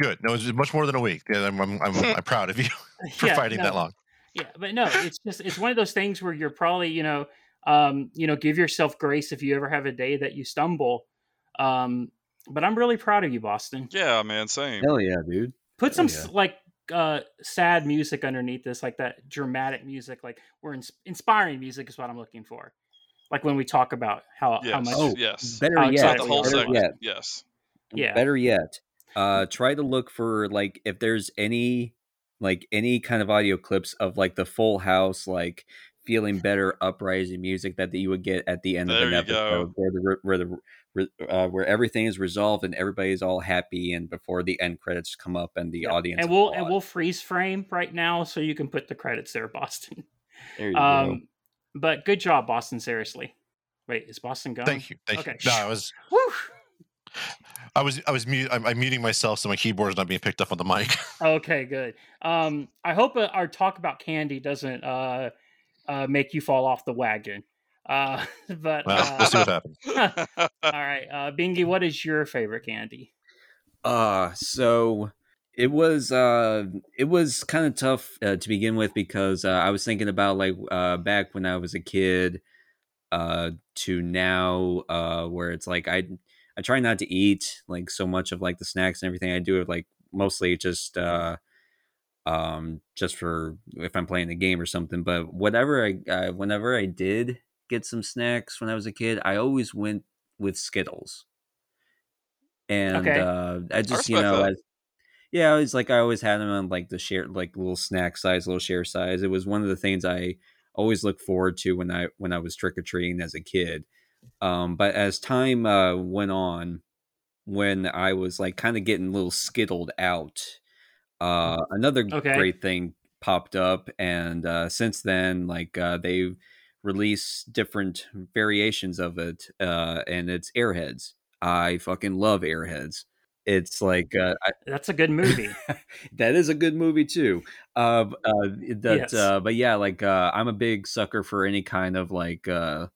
Good. No, it's much more than a week. Yeah, I'm I'm, I'm, <laughs> I'm proud of you <laughs> for Yeah, fighting no. that long. Yeah, but no, it's just it's one of those things where you're probably you know, um, you know, give yourself grace if you ever have a day that you stumble. Um, but I'm really proud of you, Boston. Yeah, man. Same. Hell yeah, dude. Put some yeah. s like uh sad music underneath this, like that dramatic music, like we're ins- inspiring music is what I'm looking for. like when we talk about how how Yes. much Oh, yes. Oh, Better it's yet, Not yeah, the whole better segment. yet, Yes. Yeah. better yet uh try to look for like if there's any like any kind of audio clips of like the full house like feeling better uprising music that, that you would get at the end There of an you episode go. where the re- where the re- uh, where everything is resolved and everybody's all happy and before the end credits come up and the Yeah. audience and we'll and applauds. we'll freeze frame right now so you can put the credits there, <laughs> Boston. There you go. Um, but good job, Boston. Seriously. Wait, is Boston gone? Thank you. Thank Okay. you. No, I was Whew. I was I was mute, I'm, I'm muting myself so my keyboard's not being picked up on the mic. <laughs> Okay, good. Um, I hope uh, our talk about candy doesn't uh, uh, make you fall off the wagon. Uh, <laughs> but Well, uh, we'll see <laughs> what happens. <laughs> all right, uh, Bingy, what is your favorite candy? Uh so it was uh it was kind of tough uh, to begin with because uh, I was thinking about like uh back when I was a kid uh to now uh where it's like I I try not to eat like so much of like the snacks and everything I do it like mostly just uh um just for if I'm playing the game or something but whatever I uh, whenever I did get some snacks when I was a kid I always went with Skittles and Okay. uh I just you respect know that. as yeah, I was like I always had them on like the share like little snack size, little share size. It was one of the things I always looked forward to when I when I was trick or treating as a kid. Um, but as time uh, went on, when I was like kind of getting a little skittled out, uh, another Okay. great thing popped up, and uh, since then, like uh, they release different variations of it, uh, and it's Airheads. I fucking love Airheads. It's like uh, That's a good <laughs> movie. that is a good movie too. Uh, b- uh, that, Yes. uh, but yeah, like uh, I'm a big sucker for any kind of like uh,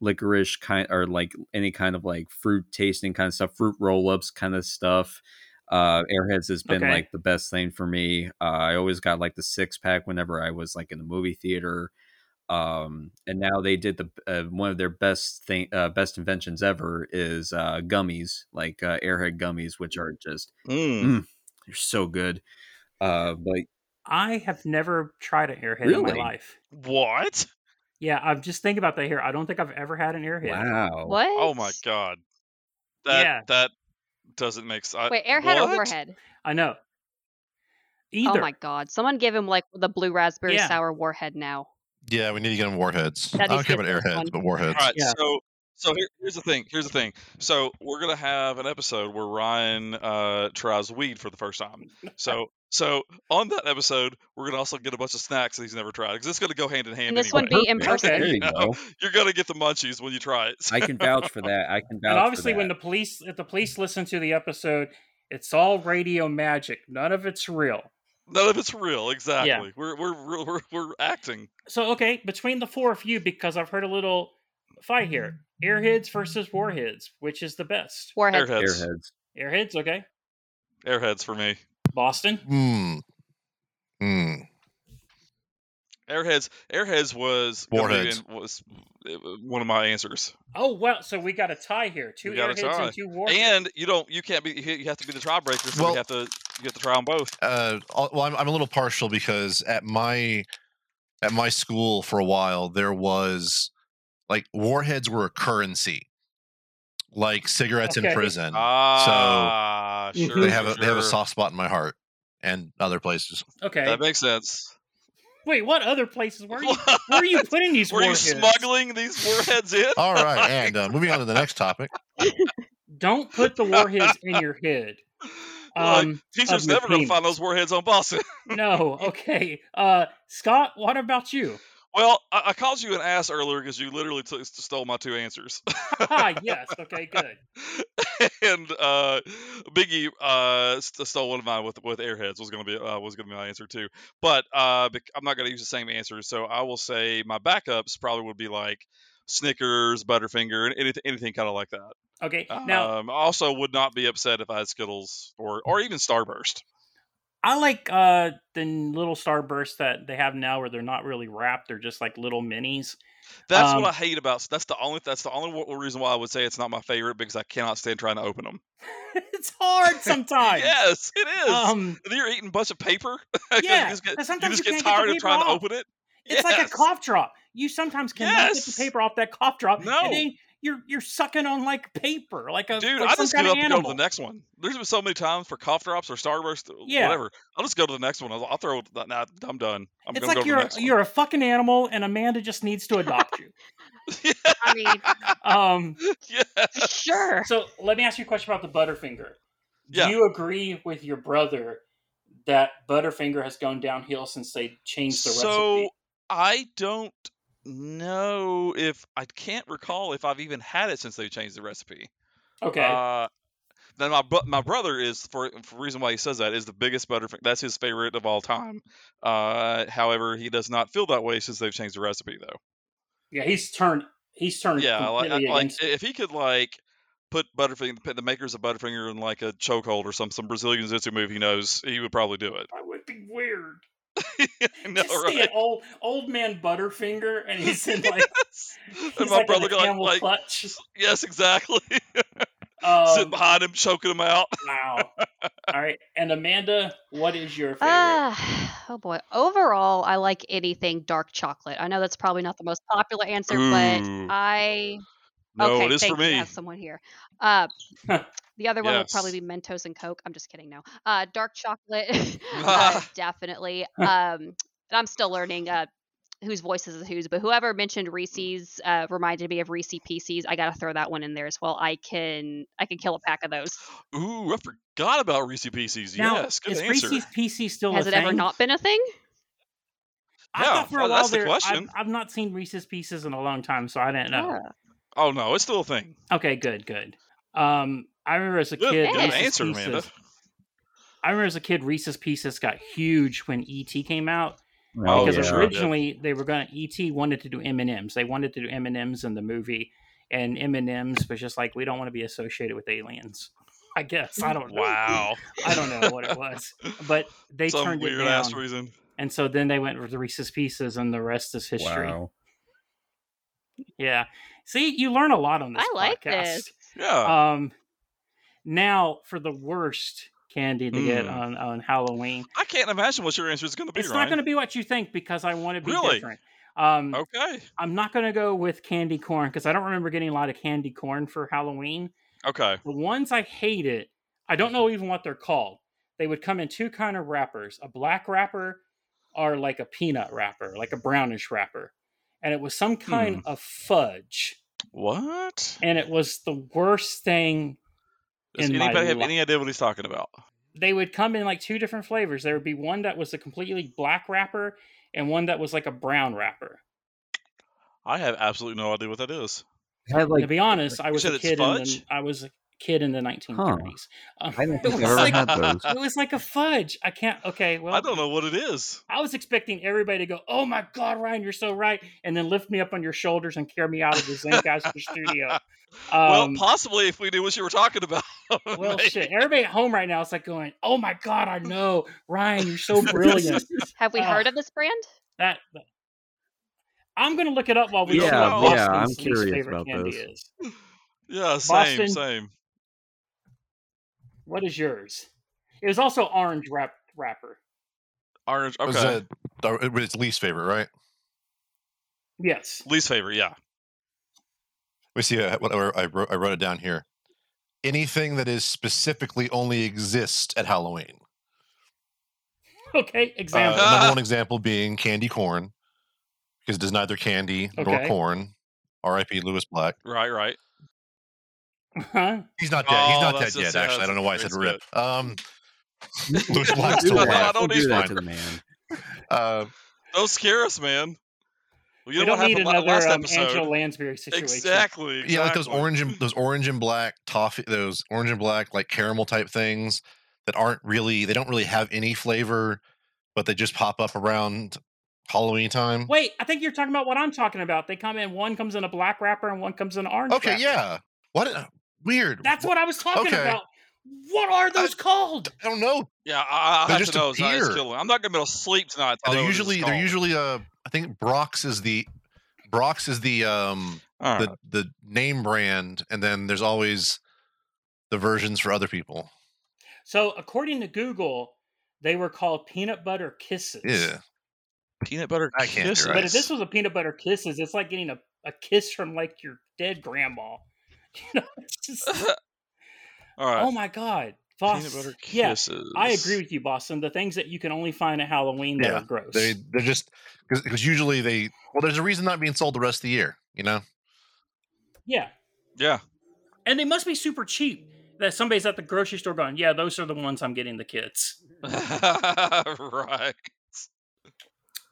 licorice kind or like any kind of like fruit tasting kind of stuff, fruit roll ups kind of stuff. Uh, Airheads has been Okay. like the best thing for me. Uh, I always got like the six pack whenever I was like in the movie theater. Um, and now they did the uh, one of their best thing, uh, best inventions ever is uh, gummies, like uh, Airhead gummies, which are just Mm. they're so good. Uh, but I have never tried an airhead in my Really? life. What? Yeah, I'm just thinking about that here. I don't think I've ever had an airhead. wow, What? Oh my god. That Yeah. that doesn't make sense. Wait, airhead what? or warhead? I know. Either. Oh my god! Someone give him like the blue raspberry Yeah. sour warhead now. Yeah, we need to get them warheads. That I don't needs care to about be the first airheads, one. but warheads. All right. Yeah. So so here, here's the thing. Here's the thing. So we're gonna have an episode where Ryan uh, tries weed for the first time. So so on that episode, we're gonna also get a bunch of snacks that he's never tried because it's gonna go hand in hand. And this anyway. one <laughs> be in Perfect. person. Okay. There you No. <laughs> go. You're gonna get the munchies when you try it. I can vouch for that. I can vouch. and obviously for when that. the police if the police listen to the episode it's all radio magic none of it's real <laughs> None of it's real. Exactly. We're, we're we're we're we're acting. so okay between the four of you because i've heard a little fight Mm-hmm. here airheads versus warheads which is the best Warhead. Airheads. airheads, airheads okay Airheads for me. boston Hmm. Hmm. Airheads. Airheads was gonna be Warheads. in- was uh, one of my answers. oh well so we got a tie here two We got a airheads tie. and two warheads And you don't. You can't be. You you have to be the tiebreaker. So Well- we have to. You have to try on both. uh, al- well, I'm, I'm a little partial because at my at my school for a while there was like warheads were a currency, like cigarettes Okay. in prison. Ah, Mhm. sure. they have a, sure, they have a sure. soft spot in my heart and other places. okay That makes sense. wait what other places <laughs> were you where are you putting these Were you warheads smuggling these warheads in? All <laughs> right, and uh, moving on to the next topic. don't put the warheads in your head <laughs> Like, <laughs> um teachers your never gonna penis. find those warheads on Boston. <laughs> no okay uh scott what about you Well, I, I called you an ass earlier because you literally took stole my two answers. <laughs> ah yes okay good and uh, Biggie uh, st- stole one of mine with with Airheads was gonna be uh, was gonna be my answer too. But uh, bec- I'm not gonna use the same answer, so I will say my backups probably would be like Snickers, Butterfinger, and anything, anything kind of like that. Okay. Now um, I also would not be upset if I had Skittles or or even Starburst. I like uh the n- little starbursts that they have now where they're not really wrapped, they're just like little minis. <laughs> That's Um, what I hate about. That's the only. That's the only w- reason why I would say it's not my favorite because I cannot stand trying to open them. it's <laughs> hard sometimes. Yes, it is. Um And you're eating a bunch of paper. <laughs> 'Cause Yeah, you just get, 'cause you sometimes just you get can't get the tired of paper trying off. to open it. it's like a Yes. cough drop. You sometimes cannot get Yes. the paper off that cough drop. No. And then you're you're sucking on like paper, like a Dude, like I some just kind give of up and go to animal. the next one. There's been so many times for cough drops or Starburst, uh, Yeah. whatever. I'll just go to the next one. I'll, I'll throw. That, nah, I'm done. I'm it's gonna go to like the you're next one. <laughs> you're a fucking animal, and Amanda just needs to adopt you. <laughs> I mean, Um, yeah. <laughs> sure. so let me ask you a question about the Butterfinger. Do Yeah. you agree with your brother that Butterfinger has gone downhill since they changed the So recipe? I don't know if I can't recall if I've even had it since they changed the recipe. Okay. Uh, then my bro- my brother is for, for reason why he says that is the biggest Butterfinger. That's his favorite of all time. Uh, however, he does not feel that way since they've changed the recipe though. yeah, he's turned. He's turned Yeah, like, completely I- like against. if he could like put Butterfinger, put the makers of Butterfinger in like a chokehold or some some Brazilian jiu-jitsu move, he knows he would probably do it. <laughs> that would be weird. I know, Just see right? an old old man Butterfinger, and he's <laughs> in like and he's my like in brother a got camel like, <laughs> clutch. yes, exactly. <laughs> Sitting Um, behind him, choking him out. <laughs> wow. All right, and Amanda, what is your favorite? Uh, <sighs> oh boy. Overall, I like anything dark chocolate. I know that's probably not the most popular answer, but Ooh. I No, okay, it is thank for you, I me. have someone here. <laughs> Uh, the other one would probably Yes. be Mentos and Coke. I'm just kidding. No, uh, dark chocolate, <laughs> <laughs> uh, definitely. Um, and I'm still learning uh, whose voices is whose, but whoever mentioned Reese's uh, reminded me of Reese PCs. I gotta throw that one in there as well. I can I can kill a pack of those. Ooh, I forgot about Reese Pieces. now, yes, good is answer. Reese's PC still Has a it thing? ever not been a thing? Yeah, I thought for a well, while that's the there, I've, question. I've not seen Reese's Pieces in a long time, so I didn't know. Yeah. Oh no, it's still a thing. Okay, good, good. Um, I remember as a Good, kid, good Reese's answer, Pieces. Amanda. I remember as a kid, Reese's Pieces got huge when ET came out Oh, because yeah, sure. originally they were going to ET wanted to do M and M's. They wanted to do M and M's in the movie, and M and M's was just like we don't want to be associated with aliens. I guess I don't know. Wow. I don't know <laughs> what it was, <laughs> but they Some turned it weird down, ass reason. and so then they went with Reese's Pieces, and the rest is history. Wow. Yeah. See, you learn a lot on this. I like podcast. this. Yeah. Um, now for the worst candy to get Mm. on on Halloween. I can't imagine what your answer is going to be. It's not Ryan. going to be what you think because I want to be Really? Oh. different. Um, Okay. I'm not going to go with candy corn because I don't remember getting a lot of candy corn for Halloween. Okay. The ones I hated, I don't know even what they're called. They would come in two kind of wrappers: a black wrapper or like a peanut wrapper, like a brownish wrapper, and it was some kind Hmm. of fudge. What? and it was the worst thing. Does in my anybody have li- any idea what he's talking about? They would come in like two different flavors. There would be one that was a completely black wrapper and one that was like a brown wrapper. I have absolutely no idea what that is. It had <laughs> to like be honest, I was said a it's kid. In the, fudge? I was a kid in the 1930s. Um, I don't it think I've was ever like had <laughs> those. it was like a fudge. I can't. Okay, well, I don't know what it is. I was expecting everybody to go, "Oh my God, Ryan, you're so right," and then lift me up on your shoulders and carry me out of the <laughs> Zencaster studio. well, Um, possibly if we knew what you were talking about. <laughs> Well, maybe. shit. Everybody at home right now is like going, "Oh my God, I know, Ryan, you're so <laughs> brilliant." Have we Uh, heard of this brand? That I'm gonna look it up while we see Yeah, what yeah, I'm Boston's least curious favorite about candy this. is. Yeah, same, Boston- same. What is yours? It was also orange wrap wrapper. Orange. Was Okay. that- uh, it was its least favorite, right? Yes. <laughs> Least favorite. Yeah. Let me see. uh, What I wrote, I wrote it down here. Anything that is specifically only exists at Halloween. Okay. Uh, Example. <laughs> number one example being candy corn, because it is neither candy nor Okay. corn. R.I.P. Lewis Black. Right. Right. <laughs> Huh? He's not dead. He's Oh, not that's dead yet. just- yeah, actually, I that's don't know why I said just rip. <laughs> Um, Don't Lewis Black's do still that. alive. don't Don't need do that mine. to the man. Uh, Don't scare us, man. Well, you we know don't what need happened la- another last um, episode. Angela Lansbury situation. exactly, exactly. yeah, like those orange and those orange and black toffee, those orange and black like caramel type things that aren't really they don't really have any flavor, but they just pop up around Halloween time. Wait, I think you're talking about what I'm talking about. They come in. One comes in a black wrapper and one comes in an orange. Okay, wrapper. yeah. What a- weird. That's what I was talking Okay. about. What are those called? I don't know. Yeah, I, I They have just to know. It's not- it's appear. killing. I'm not gonna be able to sleep tonight. And although they're it is usually they're called. usually uh I think Brock's is the Brock's is the um All right. the the name brand and then there's always the versions for other people. So according to Google, they were called peanut butter kisses. Yeah. Peanut butter I can't do kisses. But if rice. this was a peanut butter kisses, it's like getting a, a kiss from like your dead grandma. <laughs> You know, it's just, All right. oh my god, Peanut butter Boston. Yeah, kisses. I agree with you, Boston. The things that you can only find at Halloween that Yeah, are gross. They they're just because usually they well, there's a reason not being sold the rest of the year. You know, yeah, Yeah. <laughs> and they must be super cheap. That somebody's at the grocery store going, yeah, those are the ones I'm getting the kids. right.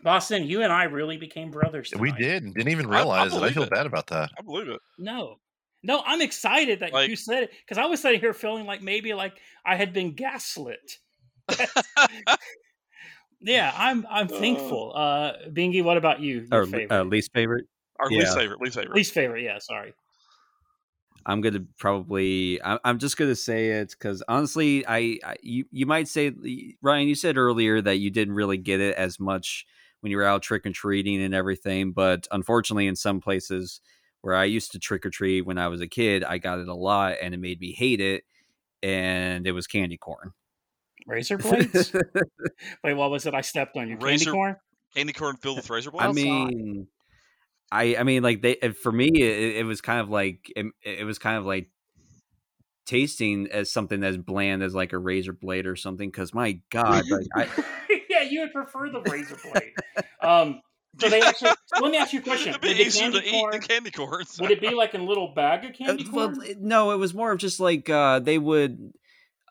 Boston, you and I really became brothers. we tonight. did and didn't even I- I realize it. I believe feel it. bad about that. I believe it. No. No, I'm excited that Like- you said it because I was sitting here feeling like maybe like I had <laughs> been gaslit. <laughs> yeah, I'm I'm Uh. thankful. Uh Bingy, what about you? Your Or favorite. uh, least favorite. Our Yeah. least favorite. Least favorite. Least favorite, yeah, sorry. I'm gonna probably. I, I'm just gonna say it because honestly, I, I you you might say Ryan, you said earlier that you didn't really get it as much when you were out trick or treating and everything, but unfortunately, in some places where I used to trick or treat when I was a kid, I got it a lot, and it made me hate it. And it was candy corn. Razor <laughs> blades? Wait, what was it? I stepped on you. Candy Razor- corn? Candy corn filled with razor blades. I Well, God. mean, I I mean, like they uh, for me, it, it was kind of like it, it was kind of like tasting as something as bland as like a razor blade or something. Because my God, like I, <laughs> yeah, you would prefer the razor blade. um so <laughs> they actually let me ask <laughs> you a question. It'd Would be the easier to candy eat corn- the candy corns. Would it be like a little bag of uh, candy well, corn? it- no, it was more of just like uh, they would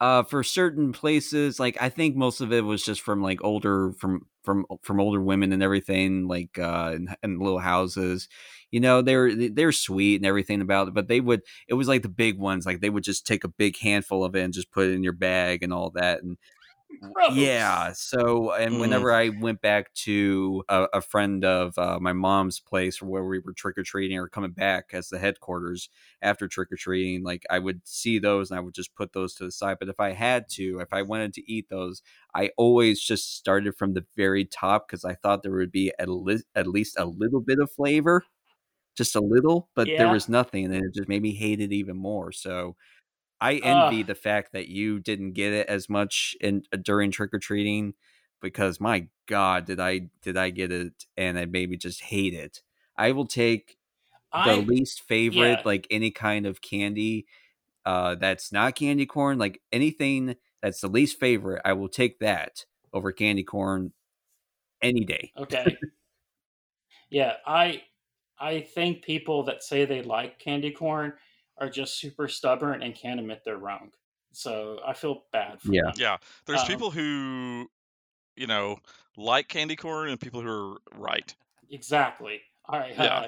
uh, for certain places. Like I think most of it was just from like older from from from older women and everything, like uh, in, in little houses. You know, they're they're sweet and everything about it, but they would. It was like the big ones. Like they would just take a big handful of it and just put it in your bag and all that. And Gross. yeah. So, and Mm. whenever I went back to a, a friend of uh, my mom's place where we were trick or treating or coming back as the headquarters after trick or treating, like I would see those and I would just put those to the side. But if I had to, if I wanted to eat those, I always just started from the very top because I thought there would be at, le- at least a little bit of flavor, just a little, but there Yeah. was nothing. And it just made me hate it even more. So, I Ugh. envy the fact that you didn't get it as much in uh, during trick or treating because my god did I did I get it and it made me just hate it. I will take the I least favorite yeah. like any kind of candy uh that's not candy corn like anything that's the least favorite I will take that over candy corn any day. Okay. yeah, I I think people that say they like candy corn are just super stubborn and can't admit they're wrong. So I feel bad for Yeah. them. Yeah. There's Um, people who, you know, like candy corn and people who are right. Exactly. All right. Yeah.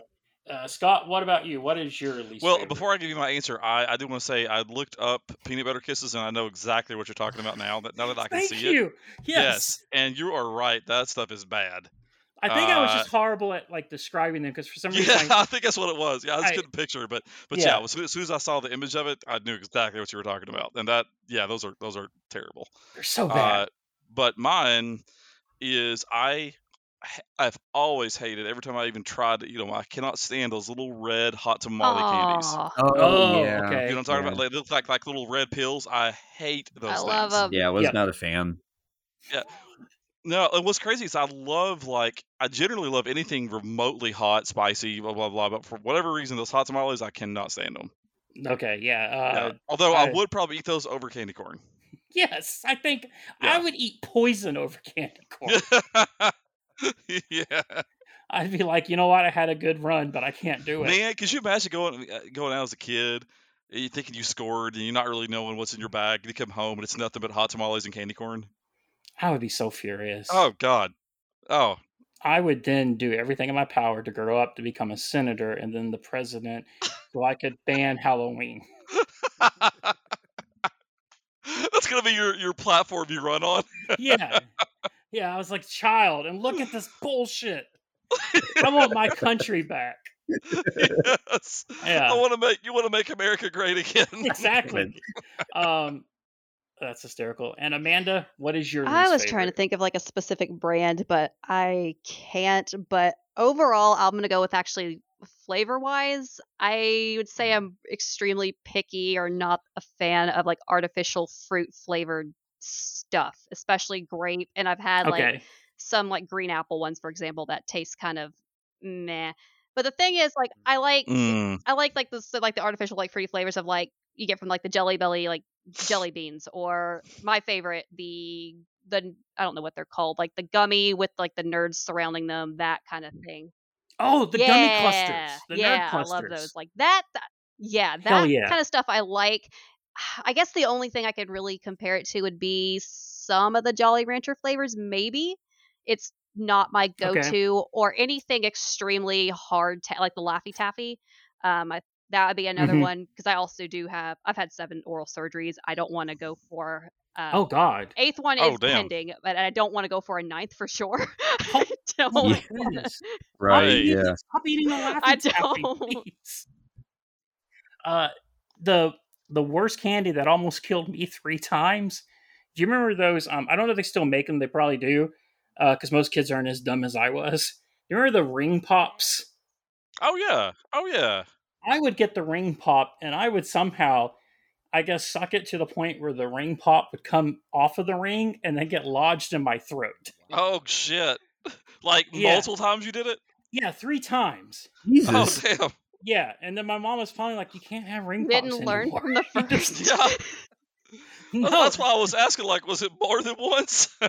Uh, uh, Scott, what about you? What is your least Well, favorite? before I give you my answer, I, I do want to say I looked up peanut butter kisses and I know exactly what you're talking about now. That now that I can Thank see it. you. Yes. And you are right. That stuff is bad. I think I was Uh, just horrible at like describing them because for some reason Yeah, <laughs> I, I think that's what it was. Yeah, I just I- couldn't picture, but but yeah, Yeah. as, soon, as soon as I saw the image of it, I knew exactly what you were talking about. And that, yeah, those are those are terrible. <laughs> they're so bad. Uh, but mine is I h- I've always hated every time I even tried to eat them. I cannot stand those little red hot tamale candies. Aw, Oh, oh, You know okay. yeah. what I'm talking about? Yeah. Like, they look like like little red pills. I hate those. I things. love them. Yeah, I was Yeah. not a fan. No, and what's crazy is I love like I generally love anything remotely hot, spicy, blah blah blah. But for whatever reason, those hot tamales I cannot stand them. Okay. Yeah. Yeah. Uh, Although I, I- would probably eat those over candy corn. Yes. I think I Yeah. would eat poison over candy <laughs> corn. yeah, I'd be like, you know what? I had a good run, but I can't do it. man, could you imagine going uh, going out as a kid, and you thinking you scored, and you're not really knowing what's in your bag. You come home and it's nothing but hot tamales and candy corn. I would be so furious. Oh God. Oh <laughs> I would then do everything in my power to grow up to become a senator and then <laughs> the president so I could ban Halloween. That's gonna be your, your platform you run on. <laughs> Yeah. Yeah, I was like, child, and look at this bullshit. I want my <laughs> country back. yes. Yeah. I want to make you want to make America great again. Exactly. Um, that's hysterical. And Amanda, what is your? I least was trying to favorite? think of like a specific brand, but I can't. But overall, I'm going to go with actually flavor wise. I would say I'm extremely picky or not a fan of like artificial fruit flavored stuff, especially grape. And I've had like Okay. some like green apple ones, for example, that taste kind of meh. But the thing is, like, I like Mm. I like like the so, like the artificial like fruity flavors of like you get from like the Jelly Belly like jelly beans, or my favorite the the I don't know what they're called, like the gummy with like the nerds surrounding them, that kind of thing. Oh, the yeah, gummy clusters. The yeah, nerd clusters. I love those. Like that. that yeah, Hell that yeah. kind of stuff I like. <sighs> I guess the only thing I could really compare it to would be some of the Jolly Rancher flavors. Maybe it's not my Okay. go-to or anything extremely hard, ta- like the Laffy Taffy. Um, I, that would be another Mhm. one because I also do have. I've had seven oral surgeries. I don't want to go for. Um, oh <laughs> God. Eighth one Oh, is damn. pending, but I don't want to go for a ninth for sure. <laughs> Oh, I don't Oh my Yeah. goodness. <laughs> Right. Right. Yeah. Stop eating the Laffy I Taffy, don't. <laughs> please. Uh, the the worst candy that almost killed me three times. Do you remember those? Um, I don't know if they still make them. They probably do, because most kids aren't as dumb as I was. You remember the ring pops? Oh yeah. Oh yeah. I would get the ring pop, and I would somehow, I guess, suck it to the point where the ring pop would come off of the ring and then get lodged in my throat. Oh shit. <laughs> Like Yeah. multiple times you did it. Yeah, three times. Jesus. Oh <laughs> damn. Yeah, and then my mom was finally like, "You can't have ring pops Didn't learn anymore." from the <laughs> <laughs> first. Yeah. no, That's why I was asking. Like, was it more than once? <laughs>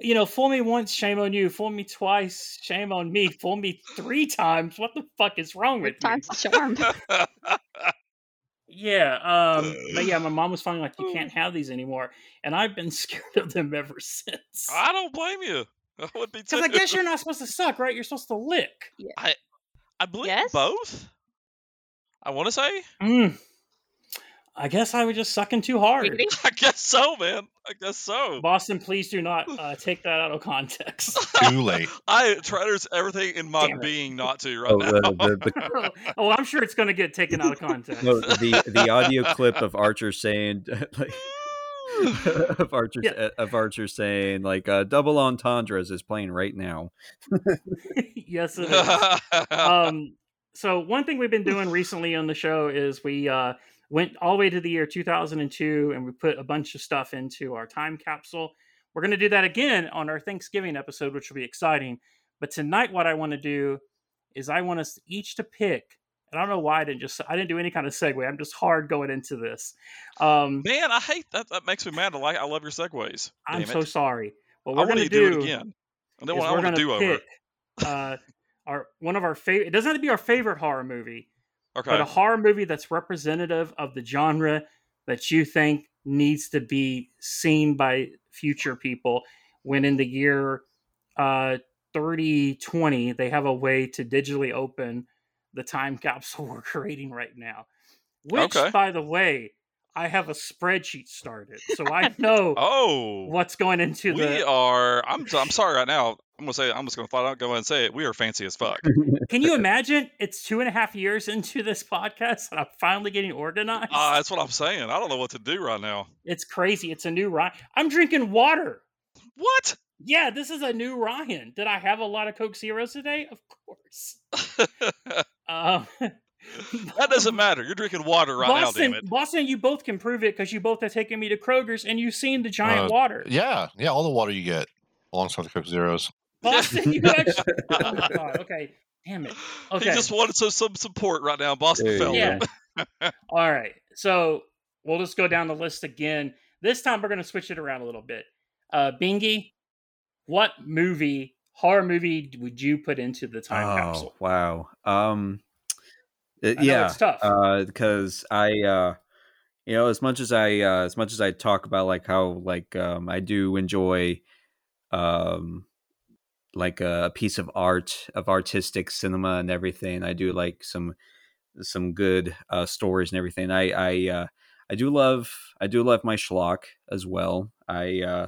you know, fool me once, shame on you. Fool me twice, shame on me. Fool me three times. What the fuck is wrong with me? Time's a <laughs> charm. Yeah, um, but yeah, my mom was finally like, "You Mm. can't have these anymore," and I've been <laughs> scared of them ever since. I don't blame you. <laughs> I would be too. Because I guess you're not supposed to suck, right? You're supposed to lick. I believe Yes? both. I want to say. <laughs> Mm. I guess I was just sucking too hard. Really? <laughs> I guess so, man. I guess so. Boston, please do not uh, take that out of <laughs> context. <laughs> Too late. I try everything in my Damn it. being not to right Oh, now. the, the, the oh, I'm sure it's going to get taken out of <laughs> context. <laughs> No, the the audio clip of Archer saying <laughs> like, <laughs> <laughs> of Archer Yeah. of Archer saying like uh, double entendres is playing <laughs> right now. yes, <laughs> it <laughs> is. um, so one thing we've been doing recently on the show is we uh, went all the way to the year 2002 and we put a bunch of stuff into our time capsule. We're going to do that again on our Thanksgiving episode, which will be exciting. But tonight, what I want to do is I want us each to pick. And I don't know why I didn't just I didn't do any kind of segue. I'm just hard going into this. Um, man, I hate that. That makes me mad. I like. I love your segues. I'm Damn so it. sorry. What I we're want going you to to do, do it again. And then is what I we're want gonna to do over. pick uh, our one of our favorite. It doesn't have to be our favorite horror movie, but Okay. a horror movie that's representative of the genre that you think needs to be seen by future people. When in the year uh, 3020, they have a way to digitally open the time <laughs> capsule we're creating right now. Which, Okay. by the way, I have a spreadsheet started, so <laughs> I know Oh. what's going into we the are. I'm. I'm sorry right now. I'm gonna say. I'm just gonna flat out go ahead and say it. We are fancy as <laughs> fuck. <laughs> Can you imagine? It's two and a half years into this podcast, and I'm finally getting organized. Uh, that's what I'm saying. I don't know what to do right now. it's crazy. It's a new Ryan. I'm drinking water. What? Yeah, this is a new Ryan. Did I have a lot of Coke Zeroes today? Of <laughs> course. Um, that doesn't matter. You're drinking water right Boston, now, damn it. Boston, you both can prove it because you both have taken me to Kroger's and you've seen the giant Uh, water. Yeah, <laughs> yeah. All the water you get alongside the Coke Zeros. Boston, you <laughs> actually. Oh <laughs> my God. Okay. Damn it. Okay. He just wanted some, some support right now. Boston There you fell. Yeah. All right. So we'll just go down the list again. This time we're going to switch it around a little bit. Uh Bingy, what movie, horror movie, d- would you put into the time oh capsule? wow. Um. it- I know yeah. uh, it's tough. because I, uh, you know, as much as I, uh, as much as I talk about like how like um, I do enjoy, um, like uh, a piece of art of artistic cinema and everything. I do like some some good uh, stories and everything. I I uh, I do love I do love my schlock as well. I uh,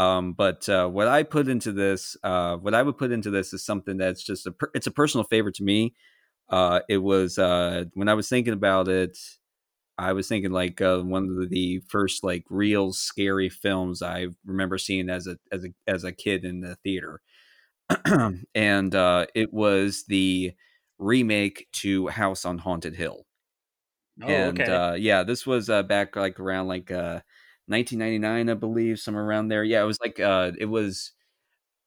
um, but uh, what I put into this, uh, what I would put into this is something that's just a per- it's a personal favorite to me. Uh, it was uh, when I was thinking about it, I was thinking like uh, one of the first like real scary films I remember seeing as a as a as a kid in the theater, <clears throat> and uh, it was the remake to House on Haunted Hill oh, and okay. uh, yeah, this was uh, back like around like uh, 1999, I believe, somewhere around there. Yeah, it was like uh, it was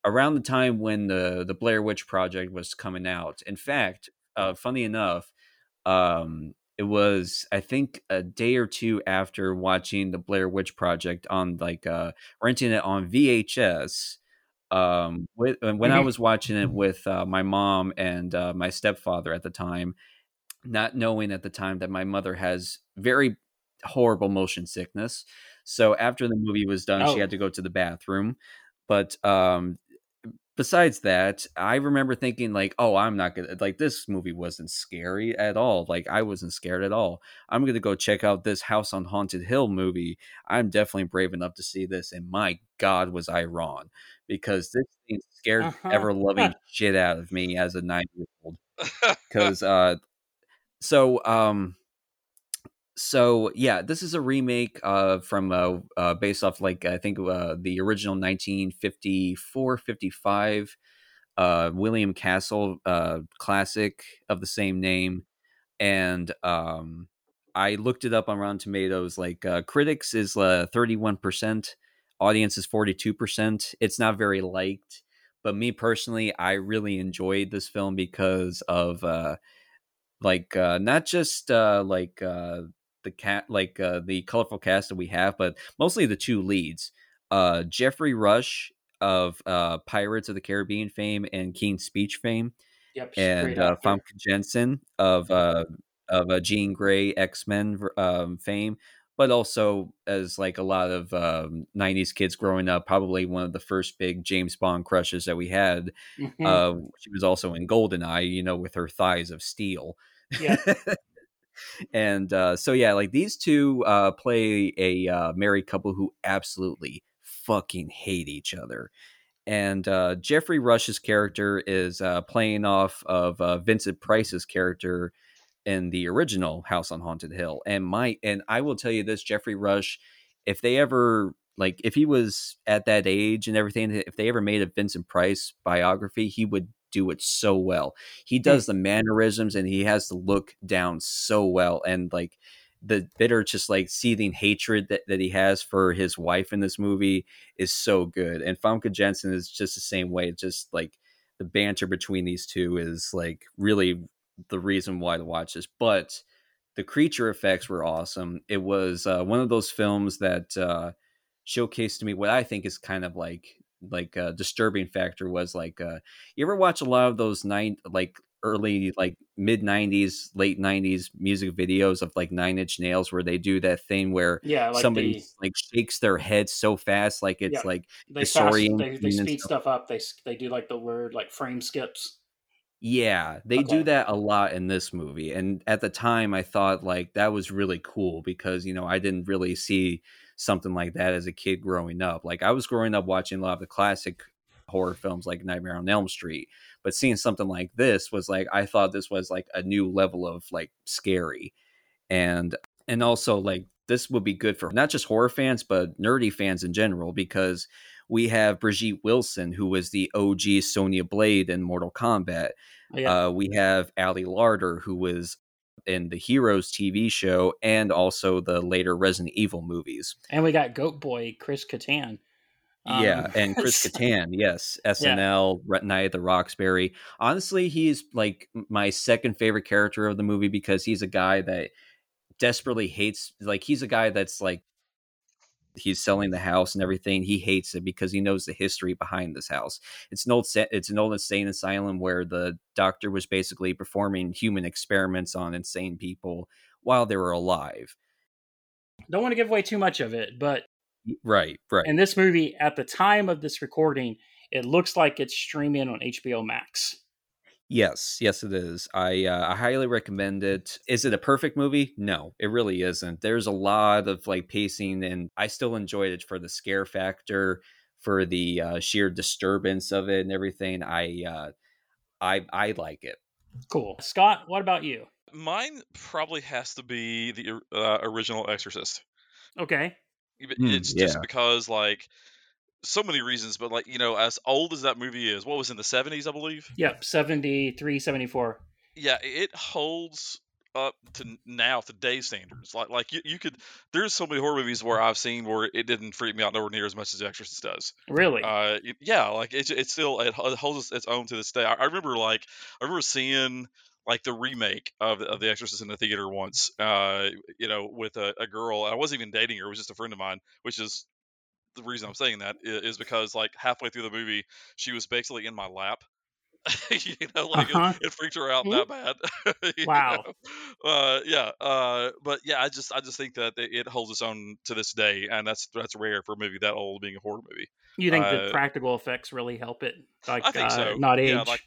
around the time when the the Blair Witch Project was coming out. In fact, uh, funny enough, um, it was I think a day or two after watching the Blair Witch Project on like uh, renting it on VHS. Um, with, when I Mhm. was watching it with uh, my mom and uh, my stepfather at the time, not knowing at the time that my mother has very horrible motion sickness. So after the movie was done, Oh. she had to go to the bathroom. But um, besides that, I remember thinking like, "Oh, I'm not gonna like this movie wasn't scary at all. Like I wasn't scared at all. I'm gonna go check out this House on Haunted Hill movie. I'm definitely brave enough to see this." And my God, was I wrong because this thing scared Uh-huh. ever loving shit out of me as a nine year old because uh so um so yeah this is a remake uh from uh, uh based off like i think uh the original 1954 55 uh william castle uh classic of the same name and um i looked it up on rotten tomatoes like uh critics is uh 31% audience is 42% it's not very liked but me personally i really enjoyed this film because of uh like uh not just uh like uh the cat like uh the colorful cast that we have but mostly the two leads uh jeffrey rush of uh pirates of the caribbean fame and king's speech fame Yep. she's and great uh, actor. Famke Jensen of uh, of uh, Jean Grey X Men um, fame, but also as like a lot of um, '90s kids growing up, probably one of the first big James Bond crushes that we had. Mhm. Uh, she was also in Goldeneye, you know, with her thighs of steel. Yeah. <laughs> and uh, so yeah, like these two uh, play a uh, married couple who absolutely fucking hate each other. And uh, Jeffrey Rush's character is uh, playing off of uh, Vincent Price's character in the original House on Haunted Hill. And my and I will tell you this, Jeffrey Rush, if they ever like if he was at that age and everything, if they ever made a Vincent Price biography, he would do it so well. He does the mannerisms and he has the look down so well and like the bitter just like seething hatred that, that he has for his wife in this movie is so good. And Famke Jensen is just the same way. Just like the banter between these two is like really the reason why to watch this. But the creature effects were awesome. It was uh, one of those films that uh, showcased to me what I think is kind of like like a disturbing factor was like uh, you ever watch a lot of those nine like early like mid 90s late 90s music videos of like nine inch nails where they do that thing where Yeah. Like somebody the, like shakes their head so fast, like it's Yeah. like they the fast, Saurian they, they scene and speed stuff up. They s- they do like the word like frame skips. yeah, they Okay. do that a lot in this movie. And at the time, I thought like that was really cool because you know I didn't really see something like that as a kid growing up. Like I was growing up watching a lot of the classic horror films like Nightmare on Elm Street, but seeing something like this was like I thought this was like a new level of like scary, and and also like this would be good for not just horror fans but nerdy fans in general because we have Brigitte Wilson who was the OG Sonya Blade in Mortal Kombat. Yeah. Uh, we have Ali Larder, who was in the Heroes TV show and also the later Resident Evil movies. and we got Goat Boy Chris Kattan. Um, yeah, and Chris so- Kattan, yes, SNL, Ret- Night at the Roxbury. Honestly, he's like my second favorite character of the movie because he's a guy that desperately hates. Like he's a guy that's like he's selling the house and everything. He hates it because he knows the history behind this house. It's an old sa- it's an old insane asylum where the doctor was basically performing human experiments on insane people while they were alive. Don't want to give away too much of it, but Right, right. in this movie, at the time of this recording, it looks like it's streaming on HBO Max. Yes, yes, it is. I uh, I highly recommend it. Is it a perfect movie? No, it really isn't. There's a lot of like pacing, and I still enjoyed it for the scare factor, for the uh, sheer disturbance of it and everything. I uh, I I like it. Cool. Scott, what about you? Mine probably has to be the or- uh, original Exorcist. Okay. Y- but Mm, It's just because like so many reasons, but like you know, as old as that movie is, what was in the seventies, I believe. Yep. 73, 74. Yeah, it holds up to now today's standards. Like like you, you could there's so many horror movies where I've seen where it didn't freak me out nowhere near as much as The Exorcist does. Really? Uh, y- yeah, like it's it's still it hol- it holds its own to this day. I, I remember like I remember seeing like the remake of, of The Exorcist in the theater once. Uh, you know, with a, a girl. I wasn't even dating her; it was just a friend of mine, which is the reason I'm saying that i- is, because like halfway through the movie, she was basically in my lap. <laughs> you know, like it- Uh-huh. it, freaked her out Hmm? that bad. <laughs> you Wow. know? Uh, yeah. Uh, but yeah, I just I just think that it it holds its own to this day, and that's that's rare for a movie that old being a horror movie. you think the uh, practical effects really help it? Like, think uh, so. not age. Yeah, like-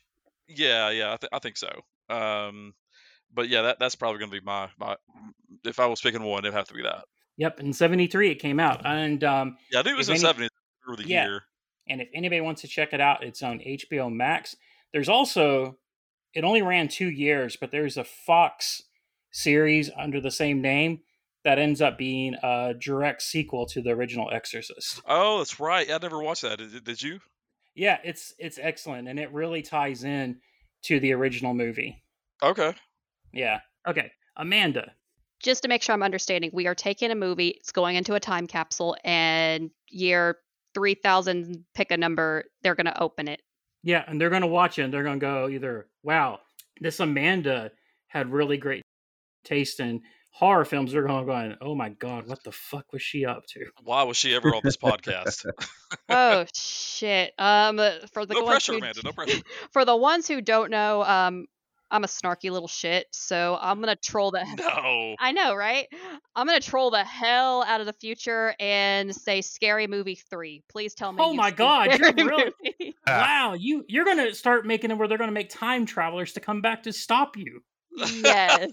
Yeah, yeah, I, th- I think so. Um, but yeah, that that's probably going to be my my. If I was picking one, it'd have to be that. Yep, in '73 it came out, and um, Yeah, I think it was If in any- seventies or the yeah. year. and if anybody wants to check it out, it's on HBO Max. There's also it only ran two years, but there's a Fox series under the same name that ends up being a direct sequel to the original Exorcist. Oh, that's right. I never watched that. Did, did you? Yeah, it's it's excellent, and it really ties in to the original movie. Okay. Yeah. Okay, Amanda. just to make sure I'm understanding, we are taking a movie, it's going into a time capsule, and year 3000, pick a number, they're going to open it. Yeah, and they're going to watch it and they're going to go either, wow, this Amanda had really great taste in horror films. They're going, going oh my God, what the fuck was she up <laughs> to? Why was she ever on this <laughs> podcast? <laughs> oh, shit. Um, for the no ones pressure, who- Amanda. <laughs> No pressure. for the ones who don't know, um, I'm a snarky little shit, so I'm going to troll the. <laughs> <laughs> No. I know, right? I'm going to troll the hell out of the future and say Scary Movie 3. Please tell me. Oh you my see God, you're Scary really- Movie. <laughs> Ah. Wow, you, you're going to start making it where they're going to make time travelers to come back to stop you. <laughs> yes.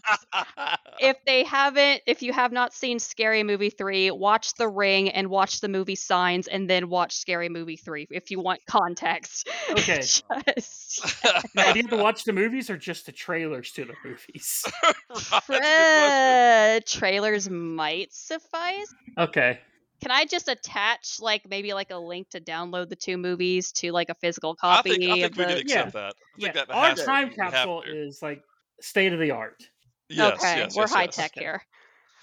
Uh, if they haven't, if you have not seen Scary Movie 3, watch The Ring and watch the movie Signs and then watch Scary Movie 3 if you want context. <laughs> <laughs> Okay. Just <laughs> Now, do you have to watch the movies or just the trailers to the <laughs> movies? Right, <laughs> good question. tra- trailers might suffice. Okay. Can I just attach like maybe like a link to download the two movies to like a physical I copy think, I think of we can the Yeah. accept that. I think yeah. that Our has to- time we have capsule to. is like state of the art. Yes, Okay, yes, we're yes, high yes. tech Okay. here.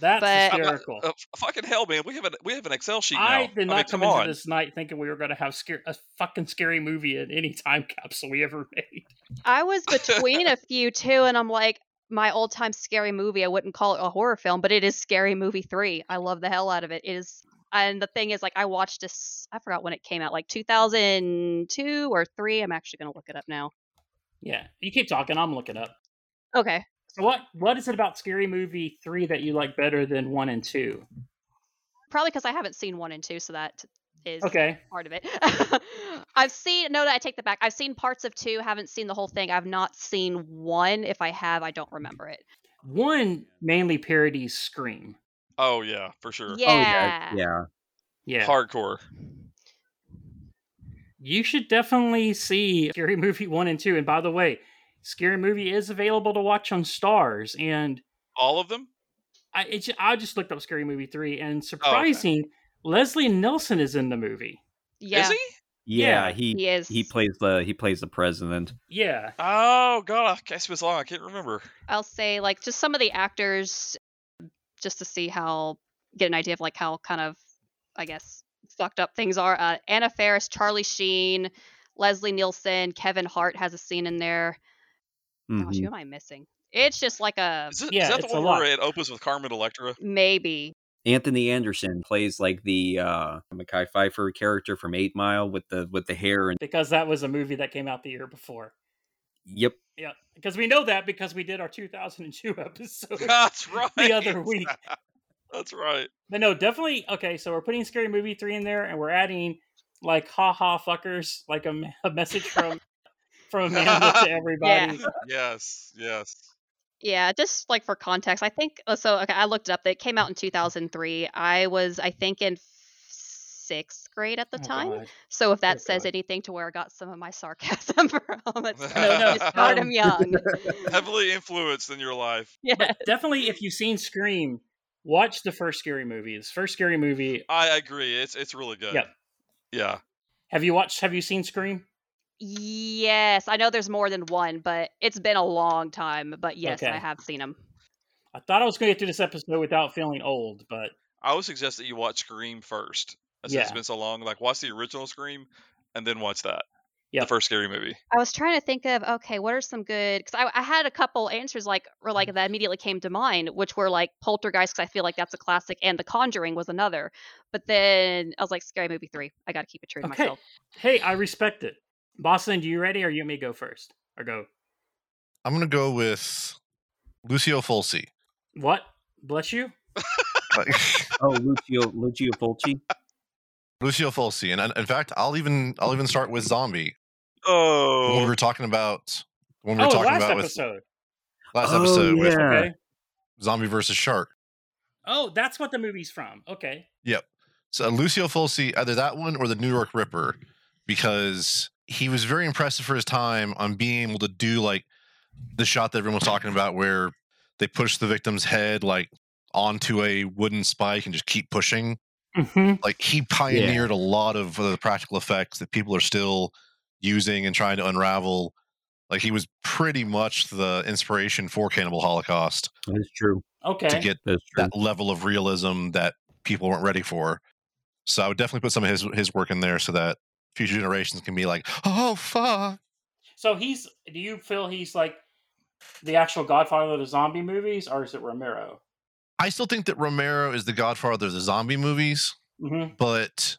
That's But- I'm not- hysterical. Uh, f- fucking hell, man! We have an we have an Excel sheet now. I did mean, not come, come Oh, on. into this night thinking we were going to have scare- a fucking scary movie in any time capsule we ever made. I was between a few too, and I'm like, my old time scary movie. I wouldn't call it a horror film, but it is Scary Movie three. I love the hell out of it. It is, and the thing is, like, I watched this. I forgot when it came out, like 2002 or three. I'm actually gonna look it up now. Yeah, you keep talking. I'm looking up. Okay, So what what is it about Scary Movie three that you like better than one and two? probably because I haven't seen one and two, so that is Okay, part of it. <laughs> I've seen no, no, I take that back. I've seen parts of two, haven't seen the whole thing. I've not seen one. If I have, I don't remember it. one mainly parodies Scream. Oh yeah, for sure. Yeah, Oh yeah, yeah. Yeah, Hardcore. you should definitely see Scary Movie one and two. And by the way, Scary Movie is available to watch on Stars. And All of them. I it, ju- I just looked up Scary Movie three, and surprising, Leslie Nelson is in the movie. yeah, Is he? Yeah, yeah. He he is. he plays the he plays the president. Yeah, Oh god, I guess it was long. I can't remember. I'll say like just some of the actors just to see how get an idea of like how kind of I guess fucked up things are. Uh, Anna Faris, Charlie Sheen, Leslie Nielsen, Kevin Hart has a scene in there. Gosh, Mhm. Mm-hmm. who am I missing? It's just like a Is, it, is Um, Yeah, that the it's a one lot. where it opens with Carmen Electra? <laughs> maybe. Anthony Anderson plays like the uh Mackay Pfeiffer character from Eight Mile with the with the hair and because that was a movie that came out the year before. yep. Yeah, because we know that because we did our 2002 <laughs> episode. That's right. <laughs> the other week. <laughs> That's right. But no, definitely. Okay, so we're putting Scary Movie 3 in there and we're adding like ha ha fuckers, like a, me- a message <laughs> from from Amanda to everybody. Oh, Yes, yes. Yeah, just like for context, I think oh, so. Okay, I looked it up. It came out in 2003. I was, I think, in f- sixth grade at the Oh, time. God. So if that says God. anything to where I got some of my sarcasm <laughs> from, <laughs> it's No, no, just <laughs> start um, 'em young. Heavily influenced in your life. yeah. <laughs> But definitely, if you've seen Scream, watch the first Scary Movie. This first Scary Movie. I agree. It's it's really good. Yep. Yeah. Have you watched? Have you seen Scream? Yes, I know there's more than one, but it's been a long time. But yes, I Okay. have seen them. I thought I was going to get through this episode without feeling old, but I would suggest that you watch Scream first. Since it's Yeah. been so long, like watch the original Scream and then watch that. The Yep. first scary movie. I was trying to think of okay, what are some good? Because I, I had a couple answers like were like that immediately came to mind, which were like Poltergeist, because I feel like that's a classic, and The Conjuring was another. But then I was like, Scary Movie three. I got to keep it true to okay. myself. Hey, I respect it. Boston, do you ready? Or you and me go first? Or go I'm gonna go with Lucio Fulci. Uh, what? Bless you. Oh, Lucio Lucio Fulci. <laughs> Lucio Fulci, and and in fact, I'll even I'll even start with Zombie when we Oh, were talking about when we were oh, talking last about with episode. last Oh, episode with yeah. Okay. Zombie versus Shark. Oh, that's what the movie's from. Okay. So Lucio Fulci, either that one or the New York Ripper, because he was very impressive for his time on being able to do like the shot that everyone was talking about, where they push the victim's head like onto a wooden spike and just keep pushing. Mm-hmm. like he pioneered a lot of the practical effects that people are still using and trying to unravel. Like he was pretty much the inspiration for Cannibal Holocaust That's true. Okay. to get That's true. that level of realism that people weren't ready for. So I would definitely put some of his his work in there so that future generations can be like, "Oh fuck." So he's. Do you feel he's like the actual Godfather of the zombie movies, or is it Romero? I still think that Romero is the godfather of the zombie movies, Mm-hmm. but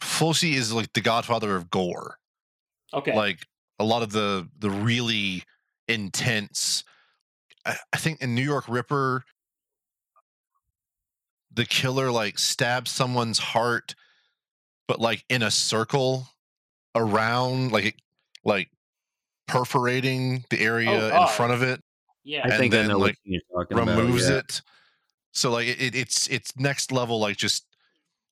Fulci is like the godfather of gore. Okay. like a lot of the the really intense I, I think in new york ripper the killer like stabs someone's heart but like in a circle around like it- like perforating the area in God. front of it yeah. I and think I then, know like, what you're talking about. removes yeah. it so like it, it's it's next level like just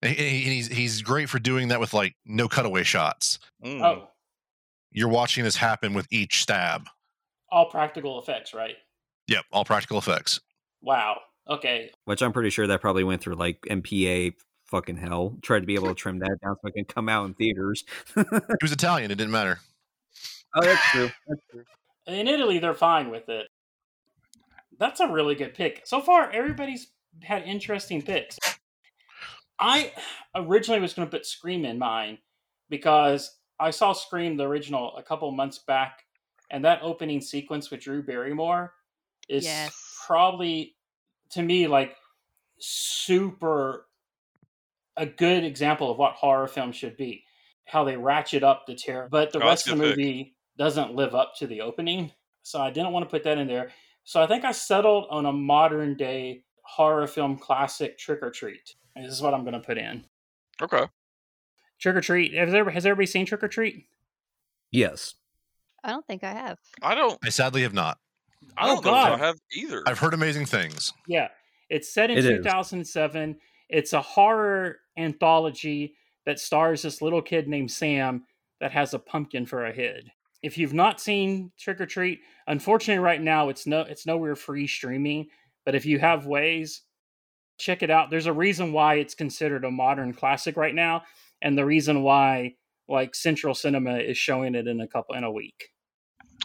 and he- and he's he's great for doing that with like no cutaway shots mm. Oh, you're watching this happen with each stab all practical effects, right? yep all practical effects Wow. Okay. Which I'm pretty sure that probably went through like MPA fucking hell. Tried to be able to trim that down so it can come out in theaters. oh, He was Italian. It didn't matter. that's true. That's true. In Italy, they're fine with it. That's a really good pick. So far, everybody's had interesting picks. I originally was going to put Scream in mine because I saw Scream, the original, a couple months back, and that opening sequence with Drew Barrymore is Yes. probably, to me, like super a good example of what horror films should be. How they ratchet up the terror, but the Oh, that's rest a of the good pick. movie doesn't live up to the opening. So I didn't want to put that in there. So I think I settled on a modern day horror film classic, Trick or Treat. And this is what I'm going to put in. Okay. Trick or Treat. Has everybody, has everybody seen Trick or Treat? Yes. I don't think I have. I don't. I sadly have not. I Oh, don't know if God. I have either. I've heard amazing things. Yeah. It's set in It is. 2007. It's a horror anthology that stars this little kid named Sam that has a pumpkin for a head. If you've not seen Trick or Treat, unfortunately right now it's no it's nowhere free streaming, but if you have ways, check it out. There's a reason why it's considered a modern classic right now and the reason why like Central Cinema is showing it in a couple in a week.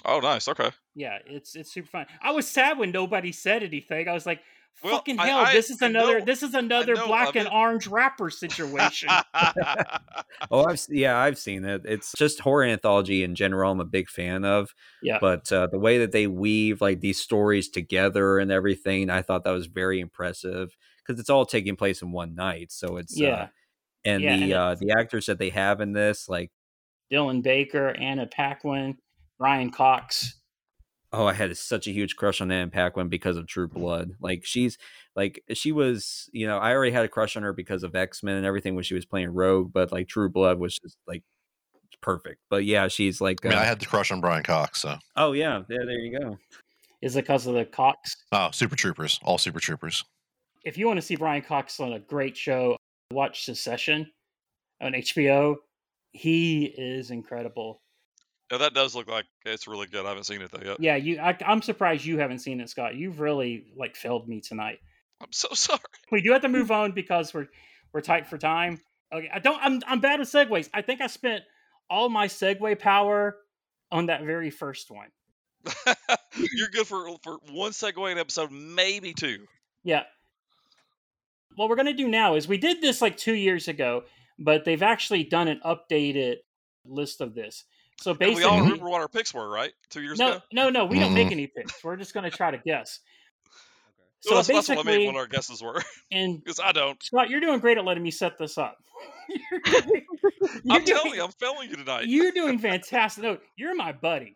oh, nice. Okay. Yeah, it's it's super fun. I was sad when nobody said anything. I was like, Well, "Fucking I- hell, I- this is I another know- this is another know black of and it." <laughs> orange rapper situation." Oh, I've se- yeah, I've seen it. It's just horror anthology in general. I'm a big fan of. Yeah. But uh, the way that they weave like these stories together and everything, I thought that was very impressive because it's all taking place in one night. So it's yeah, Uh, and Yeah, the and uh, the actors that they have in this, like Dylan Baker, Anna Paquin, Ryan Cox. oh, I had such a huge crush on Anne Paquin because of True Blood. Like she's like she was, you know, I already had a crush on her because of X Men and everything when she was playing Rogue, but like True Blood was just like perfect. But yeah, she's like, I mean, uh, I had the crush on Brian Cox. So, oh yeah, there, there you go. Is it because of the Cox? oh, Super Troopers, all Super Troopers. If you want to see Brian Cox on a great show, watch Secession on HBO. He is incredible. no, that does look like it's really good. I haven't seen it though yet. Yeah, you. I, I'm surprised you haven't seen it, Scott. You've really like failed me tonight. I'm so <laughs> sorry. we do have to move on because we're we're tight for time. Okay, I don't. I'm I'm bad at segues. I think I spent all my segue power on that very first one. You're good for for one segue an episode, maybe two. Yeah. What we're going to do now is we did this like two years ago, but they've actually done an updated list of this. So And basically, we all remember what our picks were, right? Two years no, ago. no, no, we don't Mhm. make any picks. We're just going to try to guess. So Well, that's, that's what I mean. basically, What our guesses were, <laughs> and because I <laughs> don't. Scott, you're doing great at letting me set this up. <laughs> You're doing- <laughs> I'm you're doing- telling you, I'm failing you <laughs> tonight. You're doing fantastic. No, you're my buddy.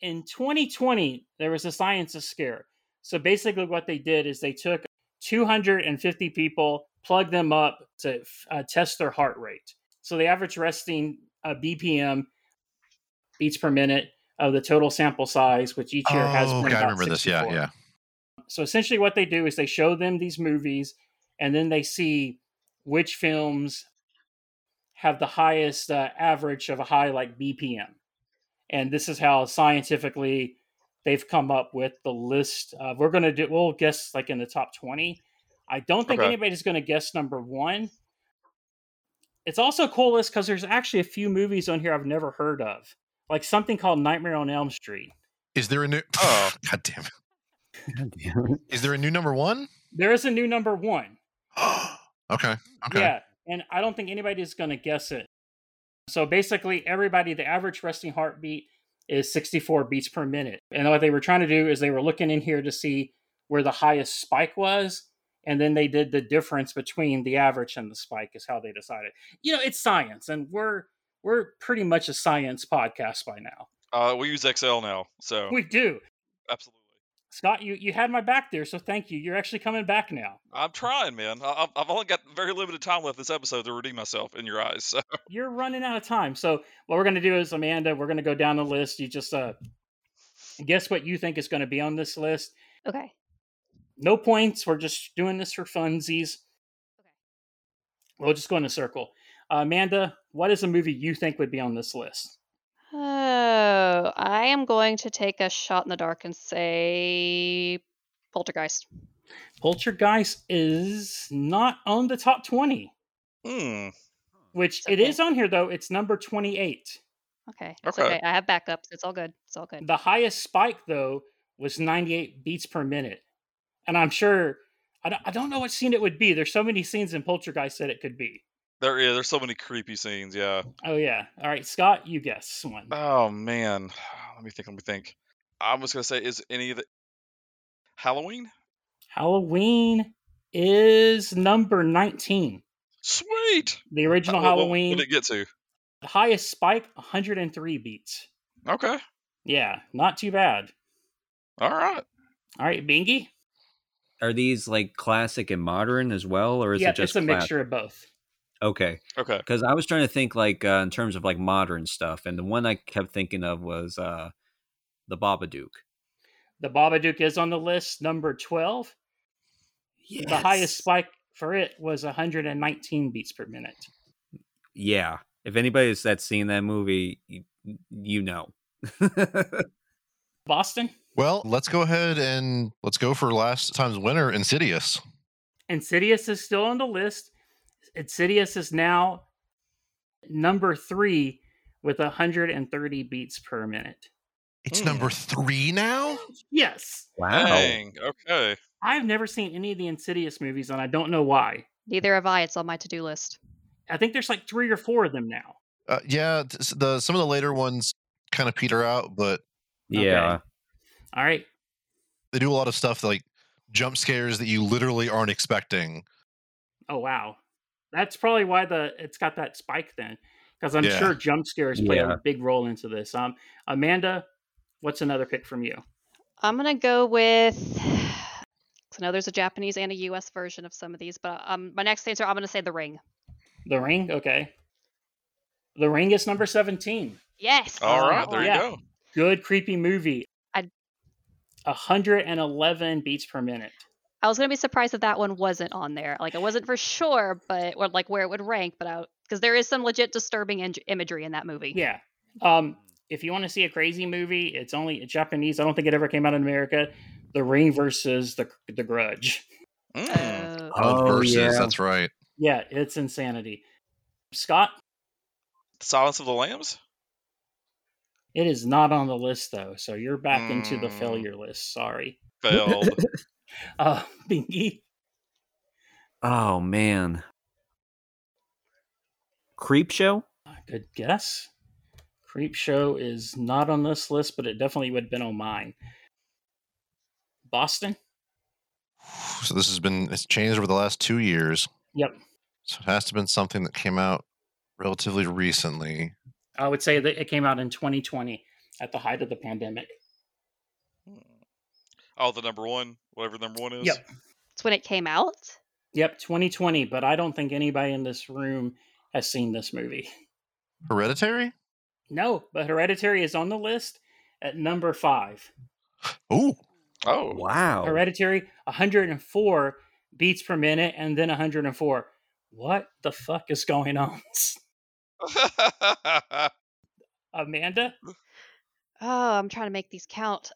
in 2020 there was a scientist scare so basically what they did is they took 250 people plugged them up to uh, test their heart rate so the average resting uh, bpm beats per minute of the total sample size which each year has Oh, been okay, I about remember this. Yeah, 64. yeah. so essentially what they do is they show them these movies and then they see which films have the highest uh, average of a high like bpm and this is how scientifically they've come up with the list of we're going to do we'll guess like in the top 20 i don't think Okay. anybody's going to guess number one it's also cool list because there's actually a few movies on here i've never heard of like something called nightmare on elm street Is there a new? Oh. <laughs> God damn it! God damn it. Is there a new number one? <gasps> there is a new number one okay. Okay. Yeah, and I don't think anybody's going to guess it. So basically, everybody, the average resting heartbeat is 64 beats per minute. And what they were trying to do is they were looking in here to see where the highest spike was. And then they did the difference between the average and the spike is how they decided. You know, it's science, and we're we're pretty much a science podcast by now. <sighs> Uh, we use Excel now, so We do. absolutely. Scott, you, you had my back there, so thank you. You're actually coming back now. I'm trying, man. I, I've- I've only got very limited time left this episode to redeem myself in your eyes. So. You're running out of time. So what we're going to do is, Amanda, we're going to go down the list. You just uh, guess what you think is going to be on this list. Okay. No points. We're just doing this for funsies. Okay. We'll just go in a circle. Uh, Amanda, what is a movie you think would be on this list? Oh, I am going to take a shot in the dark and say poltergeist. Poltergeist is not on the top 20, Hmm. which It's it okay. is on here, though. It's number 28. Okay. It's Okay. okay. I have backups. It's all good. It's all good. The highest spike, though, was 98 beats per minute. And I'm sure, I don't, I don't know what scene it would be. There's so many scenes in Poltergeist that it could be. There is. There's so many creepy scenes. Yeah. Oh, yeah. All right, Scott, you guess one. Oh man. <sighs> Let me think. Let me think. I'm just gonna say, is any of the Halloween? Halloween is number 19. Sweet. The original What- what- Halloween, What did it get to? the highest spike, 103 beats. Okay. Yeah, not too bad. All right. All right, Bingy. Are these like classic and modern as well, or is yeah, it just it's a class- mixture of both. Okay, Okay. because I was trying to think like uh, in terms of like modern stuff, and the one I kept thinking of was uh the Babadook. The Babadook is on the list, number 12. Yes. The highest spike for it was 119 beats per minute. Yeah. If anybody's that's seen that movie, you, you know. <laughs> Boston, Well, let's go ahead and let's go for last time's winner, Insidious. Insidious is still on the list. Insidious is now number three with 130 beats per minute. It's Hmm. number three now. Yes. wow. Dang. Okay. I've never seen any of the Insidious movies, and I don't know why. Neither have I. It's on my to-do list. I think there's like three or four of them now. Uh, yeah, t- s- the some of the later ones kind of peter out, but Yeah. All right. they do a lot of stuff like jump scares that you literally aren't expecting. Oh wow, that's probably why the it's got that spike then, because I'm Yeah. sure jump scares play Yeah. a big role into this. Um, Amanda, what's another pick from you? I'm gonna go with. <sighs> 'cause I know there's a Japanese and a U.S. version of some of these, but um, my next answer I'm gonna say The Ring. The Ring. Okay. The Ring is number seventeen. Yes. All Oh, right. There yeah. you go. Good creepy movie. I- 111 beats per minute. I was gonna be surprised if that one wasn't on there. Like I wasn't for sure, but or like where it would rank, but I because there is some legit disturbing in- imagery in that movie. Yeah. Um, if you want to see a crazy movie, it's only Japanese. I don't think it ever came out in America. The Ring versus the the Grudge. Mm. Uh, Oh, Oh, versus, yeah. that's right. Yeah, it's insanity. Scott, Silence of the Lambs. It is not on the list though, so you're back into the failure list. Sorry, <laughs> Failed. uh, <laughs> Bingy. oh man. Creep show? Good guess. Creep Show is not on this list, but it definitely would have been on mine. Boston. So this has been it's changed over the last two years. Yep. So it has to have been something that came out relatively recently. I would say that it came out in 2020 at the height of the pandemic. Hmm. oh, the number one, whatever number one is. Yep. It's when it came out. Yep, 2020, but I don't think anybody in this room has seen this movie. Hereditary? No, but Hereditary is on the list at number five. Ooh. Oh, <laughs> Wow. Hereditary 104 beats per minute and then 104. What the fuck is going on? <laughs> Amanda? Oh, I'm trying to make these count.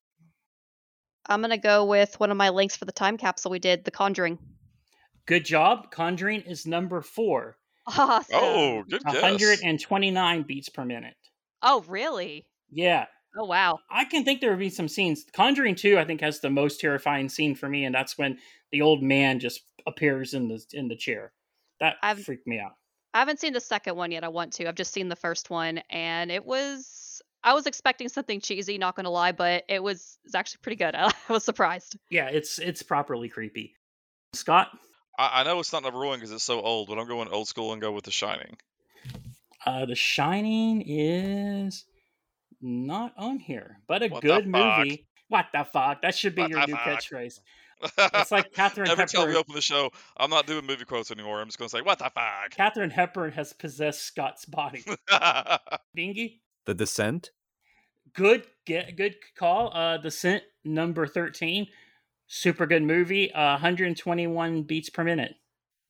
I'm gonna go with one of my links for the time capsule we did, The Conjuring. <laughs> Good job. Conjuring is number four. Awesome. oh, good guess. 129 beats per minute. Oh, really? Yeah. Oh, wow. I can think there would be some scenes. Conjuring 2, I think, has the most terrifying scene for me, and that's when the old man just appears in the in the chair. That I've- freaked me out. I haven't seen the second one yet. I want to. I've just seen the first one, and it was. I was expecting something cheesy, not gonna lie, but it was, it was actually pretty good. <laughs> I was surprised. Yeah, it's it's properly creepy. Scott, I, I know it's not number one because it's so old, but I'm going old school and go with The Shining. uh, The Shining is not on here, but a What the good fuck? movie. What the fuck? That should be What your the new fuck? catchphrase. <laughs> It's like Catherine every time we <laughs> Hepburn. open the show, I'm not doing movie quotes anymore. I'm just going to say what the fuck. <laughs> Catherine Hepburn has possessed Scott's body. Dingy? The Descent. good get good call uh descent number 13 super good movie uh, 121 beats per minute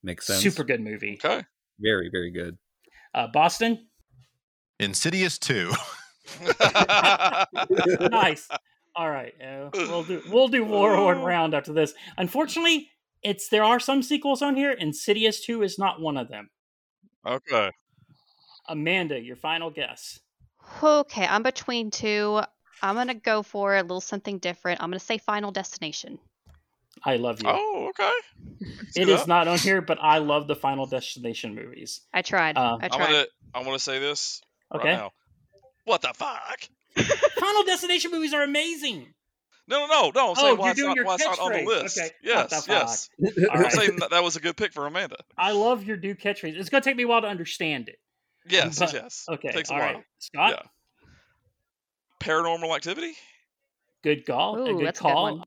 Makes sense. super good movie okay. Very, very good. uh boston Insidious 2. nice all right uh, we'll do we'll do warlord Oh. round after this unfortunately it's there are some sequels on here insidious 2 is not one of them <laughs> okay. amanda your final guess Okay, I'm between two. I'm gonna go for a little something different. I'm gonna say Final Destination. i love you Oh, okay. it is not on here but i love the final destination movies I tried. Uh, I I'm tried. gonna. I want to say this okay right now. What the fuck? final destination movies are amazing No, no, no, no. I'm saying Oh, why you're it's doing not, your why it's not on the catchphrase. list. Okay. What the Yes, fuck? yes. All I'm right. saying that, that was a good pick for Amanda. I love your new catchphrase. It's going to take me a while to understand it. Yes, But- yes. Okay. Takes a all while. right. Scott, Yeah. Paranormal activity? good call. a Ooh, good that's a good call. one.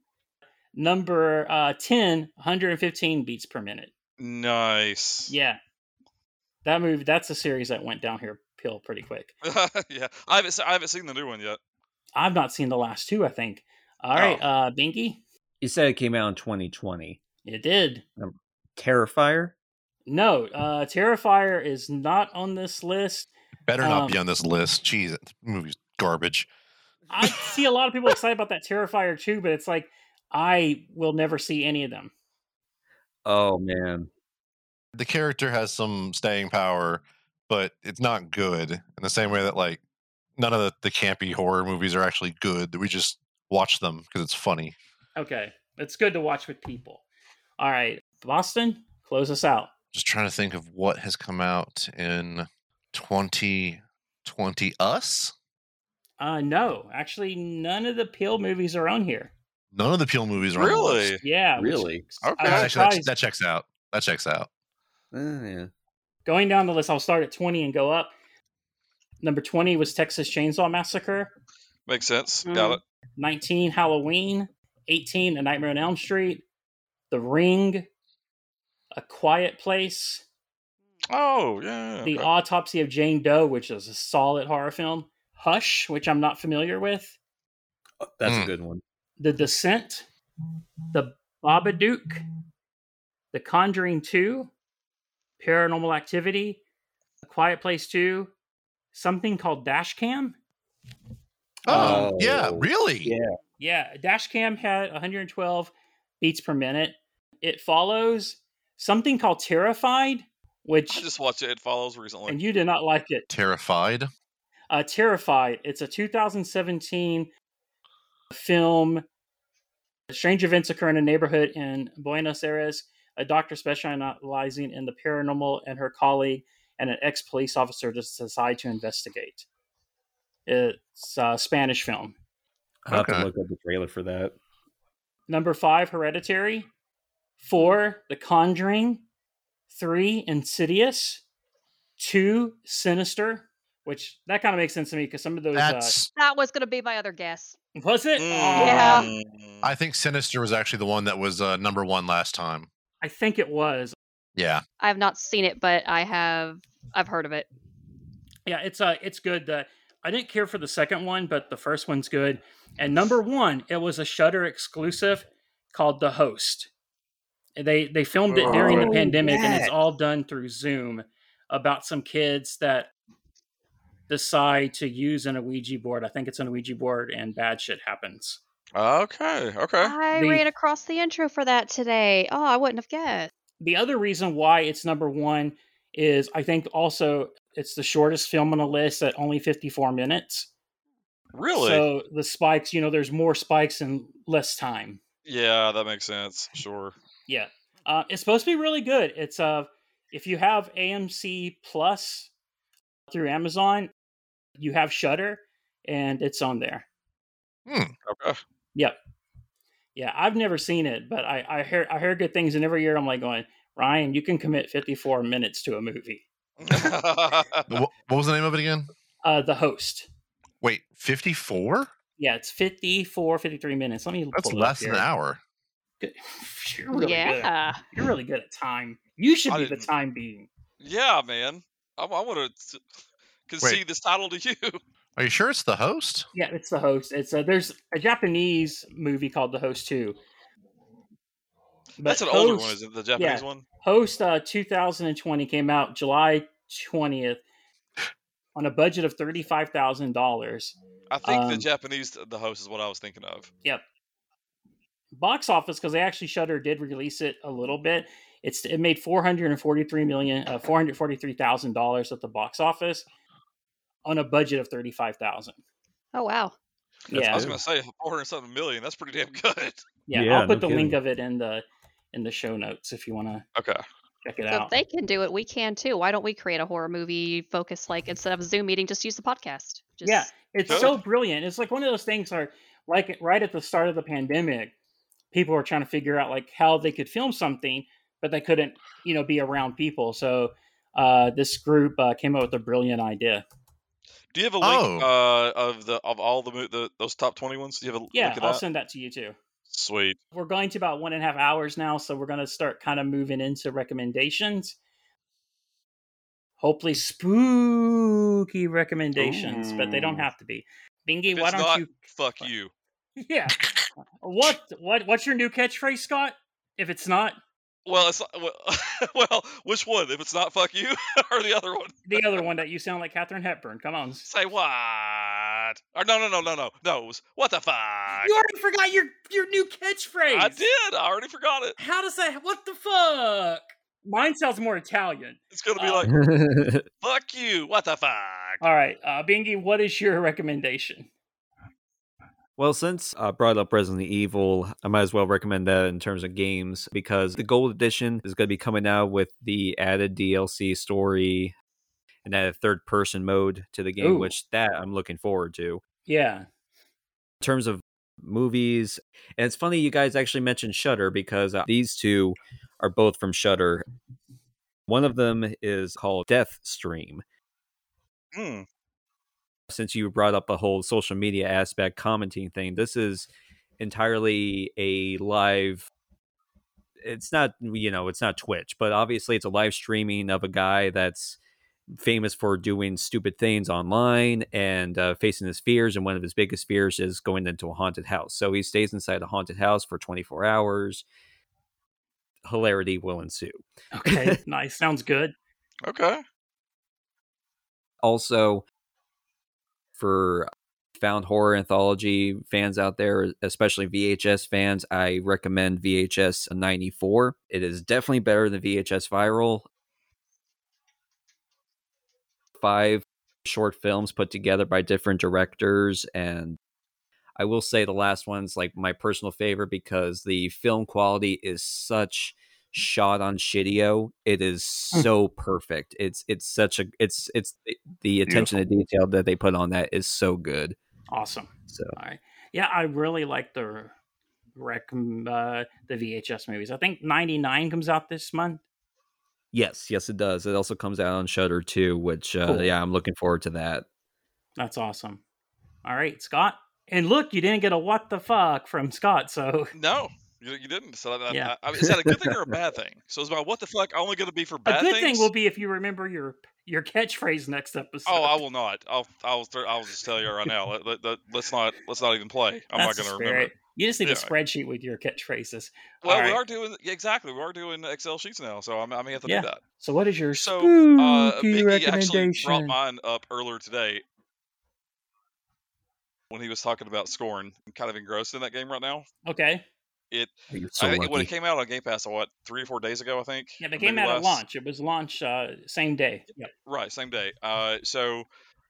Number uh, 10, 115 beats per minute. Nice. Yeah. That movie, that's a series that went down here pill pretty quick. <laughs> yeah. I haven't, se- I haven't seen the new one yet. I've not seen the last two, I think. All right. Oh. Uh, Binky, You said it came out in 2020. it did. Terrifier? No, uh, Terrifier is not on this list. <laughs> Better not be Um, on this list. Jeez, that movie's garbage. I see a lot of people excited about that Terrifier too, but it's like, I will never see any of them. Oh man. The character has some staying power, but it's not good. In the same way that like none of the, the campy horror movies are actually good. We just watch them because it's funny. Okay. It's good to watch with people. All right. Boston, close us out. Just trying to think of what has come out in 2020 us. Uh no, actually none of the Peel movies are on here. None of the Peel movies are on the list. Really? Yeah. which- Really? I'm Okay. Actually, that- surprised. that checks out. That checks out. Uh, yeah. Going down the list, I'll start at 20 and go up. Number 20 was Texas Chainsaw Massacre, Makes sense. Mm. Got Mm-hmm. it. 19 Halloween, 18 A Nightmare on Elm Street, The Ring, A Quiet Place, Oh, yeah. The okay. Autopsy of Jane Doe, which is a solid horror film, Hush, which I'm not familiar with, That's Hmm. Mm. a good one. The Descent, The Babadook, The Conjuring 2, Paranormal Activity, A Quiet Place 2, something called Dashcam. Oh, Oh. yeah, really? Yeah. Yeah, Dashcam had 112 beats per minute. It follows something called Terrified, I which just watched it. It follows and recently. you did not like it. Terrified. Uh, Terrified. It's a 2017 film. Strange events occur in a neighborhood in Buenos Aires. A doctor specializing in the paranormal and her colleague and an ex police officer just decide to investigate. It's a Spanish film. I'll have Okay. to look up the trailer for that. Number five, Hereditary. Four, The Conjuring. Three, Insidious. Two, Sinister, which that kind of makes sense to me because some of those. That's. That was going to be my other guess. uh, was it? Mm. Yeah. Aw. I think Sinister was actually the one that was uh, number one last time. I think it was. Yeah. I have not seen it, but I have. I've heard of it. Yeah, it's uh, it's good. Uh, I didn't care for the second one, but the first one's good. And number one, it was a Shutter exclusive called The Host. And They they filmed it during the Oh, pandemic, and it's all done through Zoom. About some kids that decide to use an Ouija board. I think it's an Ouija board, and bad shit happens. Okay. Okay. I The- ran across the intro for that today. Oh, I wouldn't have guessed. the other reason why it's number one is I think also it's the shortest film on the list at only 54 minutes. Really? So the spikes, you know, there's more spikes in less time. yeah, that makes sense. Sure. Yeah. Uh, it's supposed to be really good. It's uh, if you have AMC Plus through Amazon, you have Shutter, and it's on there. <laughs> Okay. <laughs> Yeah, I've never seen it, but I, I hear I hear good things, and every year I'm like going, Ryan, you can commit 54 minutes to a movie. The- wha- what was the name of it again? Uh, the host. Wait, 54? Yeah, it's 54, 53 minutes. Let me. That's pull it up less than here. an hour. Good. <laughs> You're really good. Oh, yeah. You're really good at time. You should I be the didn't- time being. yeah, man. I, I want to concede this title to <laughs> you. Are you sure it's the host? Yeah, it's the host. It's a, there's a Japanese movie called The Host too. That's an But older one, Host- isn't it? The Japanese yeah. one. Host uh, 2020 came out July 20th on a budget of thirty-five thousand dollars. I think the Um, Japanese the host is what I was thinking of. Box office because they actually Shutter did release it a little bit. It's it made four hundred and forty-three million, uh, four hundred forty-three thousand dollars at the box office on a budget of thirty-five thousand. Oh wow. That's Yeah. I was good. gonna say four hundred something million. That's pretty damn good. Yeah, Yeah, I'll put no the link of it in the in the show notes if you want to Okay. check it So if out. they can do it, we can too. Why don't we create a horror movie focus like instead of a Zoom meeting, just use the podcast? Just, Yeah. It's so brilliant. It's like one of those things are like right at the start of the pandemic, people were trying to figure out like how they could film something, but they couldn't, you know, be around people. So uh, this group uh, came up with a brilliant idea. Do you have a link Oh. uh, of the of all the, mo- the those top twenty ones? Do you have a Yeah, link of I'll that? send that to you too. Sweet. We're going to about one and a half hours now, so we're going to start kind of moving into recommendations. Hopefully, spooky recommendations, but they don't Ooh. have to be. Bingy, If why it's don't not, you Fuck you. <laughs> Yeah. Uh, What what what's your new catchphrase, Scott? If it's not Well, it's not- well, <laughs> well, which one? If it's not fuck you <laughs> or the other one, the other one that you sound like Katherine Hepburn. Come on. say what? Or no, no, no, no, no, no. It was what the fuck? You already forgot your your new catchphrase. I did. I already forgot it. How does that what the fuck? Mine sounds more Italian. It's gonna be Uh, like <laughs> fuck you. What the fuck? All right, uh Bingy, what is your recommendation? Well, since uh, I brought up Resident Evil, I might as well recommend that in terms of games because the Gold Edition is going to be coming out with the added DLC story and added third person mode to the game, Ooh. which that I'm looking forward to. Yeah. in terms of movies and it's funny you guys actually mentioned shutter because uh, these two are both from shutter one of them is called death stream Hmm. since you brought up the whole social media aspect commenting thing this is entirely a live it's not you know it's not twitch but obviously it's a live streaming of a guy that's famous for doing stupid things online and uh, facing his fears and one of his biggest fears is going into a haunted house so he stays inside a haunted house for 24 hours hilarity will ensue <laughs> Okay, nice. Sounds good. Okay. also for found horror anthology fans out there especially vhs fans i recommend vhs 94 it is definitely better than vhs viral five short films put together by different directors and I will say the last one's like my personal favorite because the film quality is such shot on shitio. It is so perfect. It's it's such a it's it's the attention to detail that they put on that is so good. Awesome. So All right. Yeah, I really like the rec uh, the VHS movies. I think 99 comes out this month. yes, yes it does. It also comes out on Shutter too, which uh, Cool. yeah, I'm looking forward to that. That's awesome. All right, Scott. And look, you didn't get a what the fuck from Scott, so <laughs> No, you, you didn't. So that, Yeah. I, I, is that a good thing or a bad <laughs> thing? So it's about what the fuck? I only going to be for a bad good things? thing will be if you remember your your catchphrase next episode. Oh, I will not. I'll I'll throw- I'll just tell you right now. Let, let, let, let's not let's not even play. I'm That's the not going to remember. spirit. You just need a Yeah. spreadsheet with your catchphrases. Well, we Alright. are doing yeah, exactly. We are doing Excel sheets now, so I'm I'm gonna have to Yeah. do that. So what is your So uh, spooky Biggie actually brought recommendation? mine up earlier today when he was talking about Scorn. I'm kind of engrossed in that game right now. Okay. Oh, You're so I think when lucky. it came out on Game Pass, what three or four days ago, I think. Yeah, or they came maybe out at less. launch. It was launch uh, same day. Yep. Right, same day. Uh, so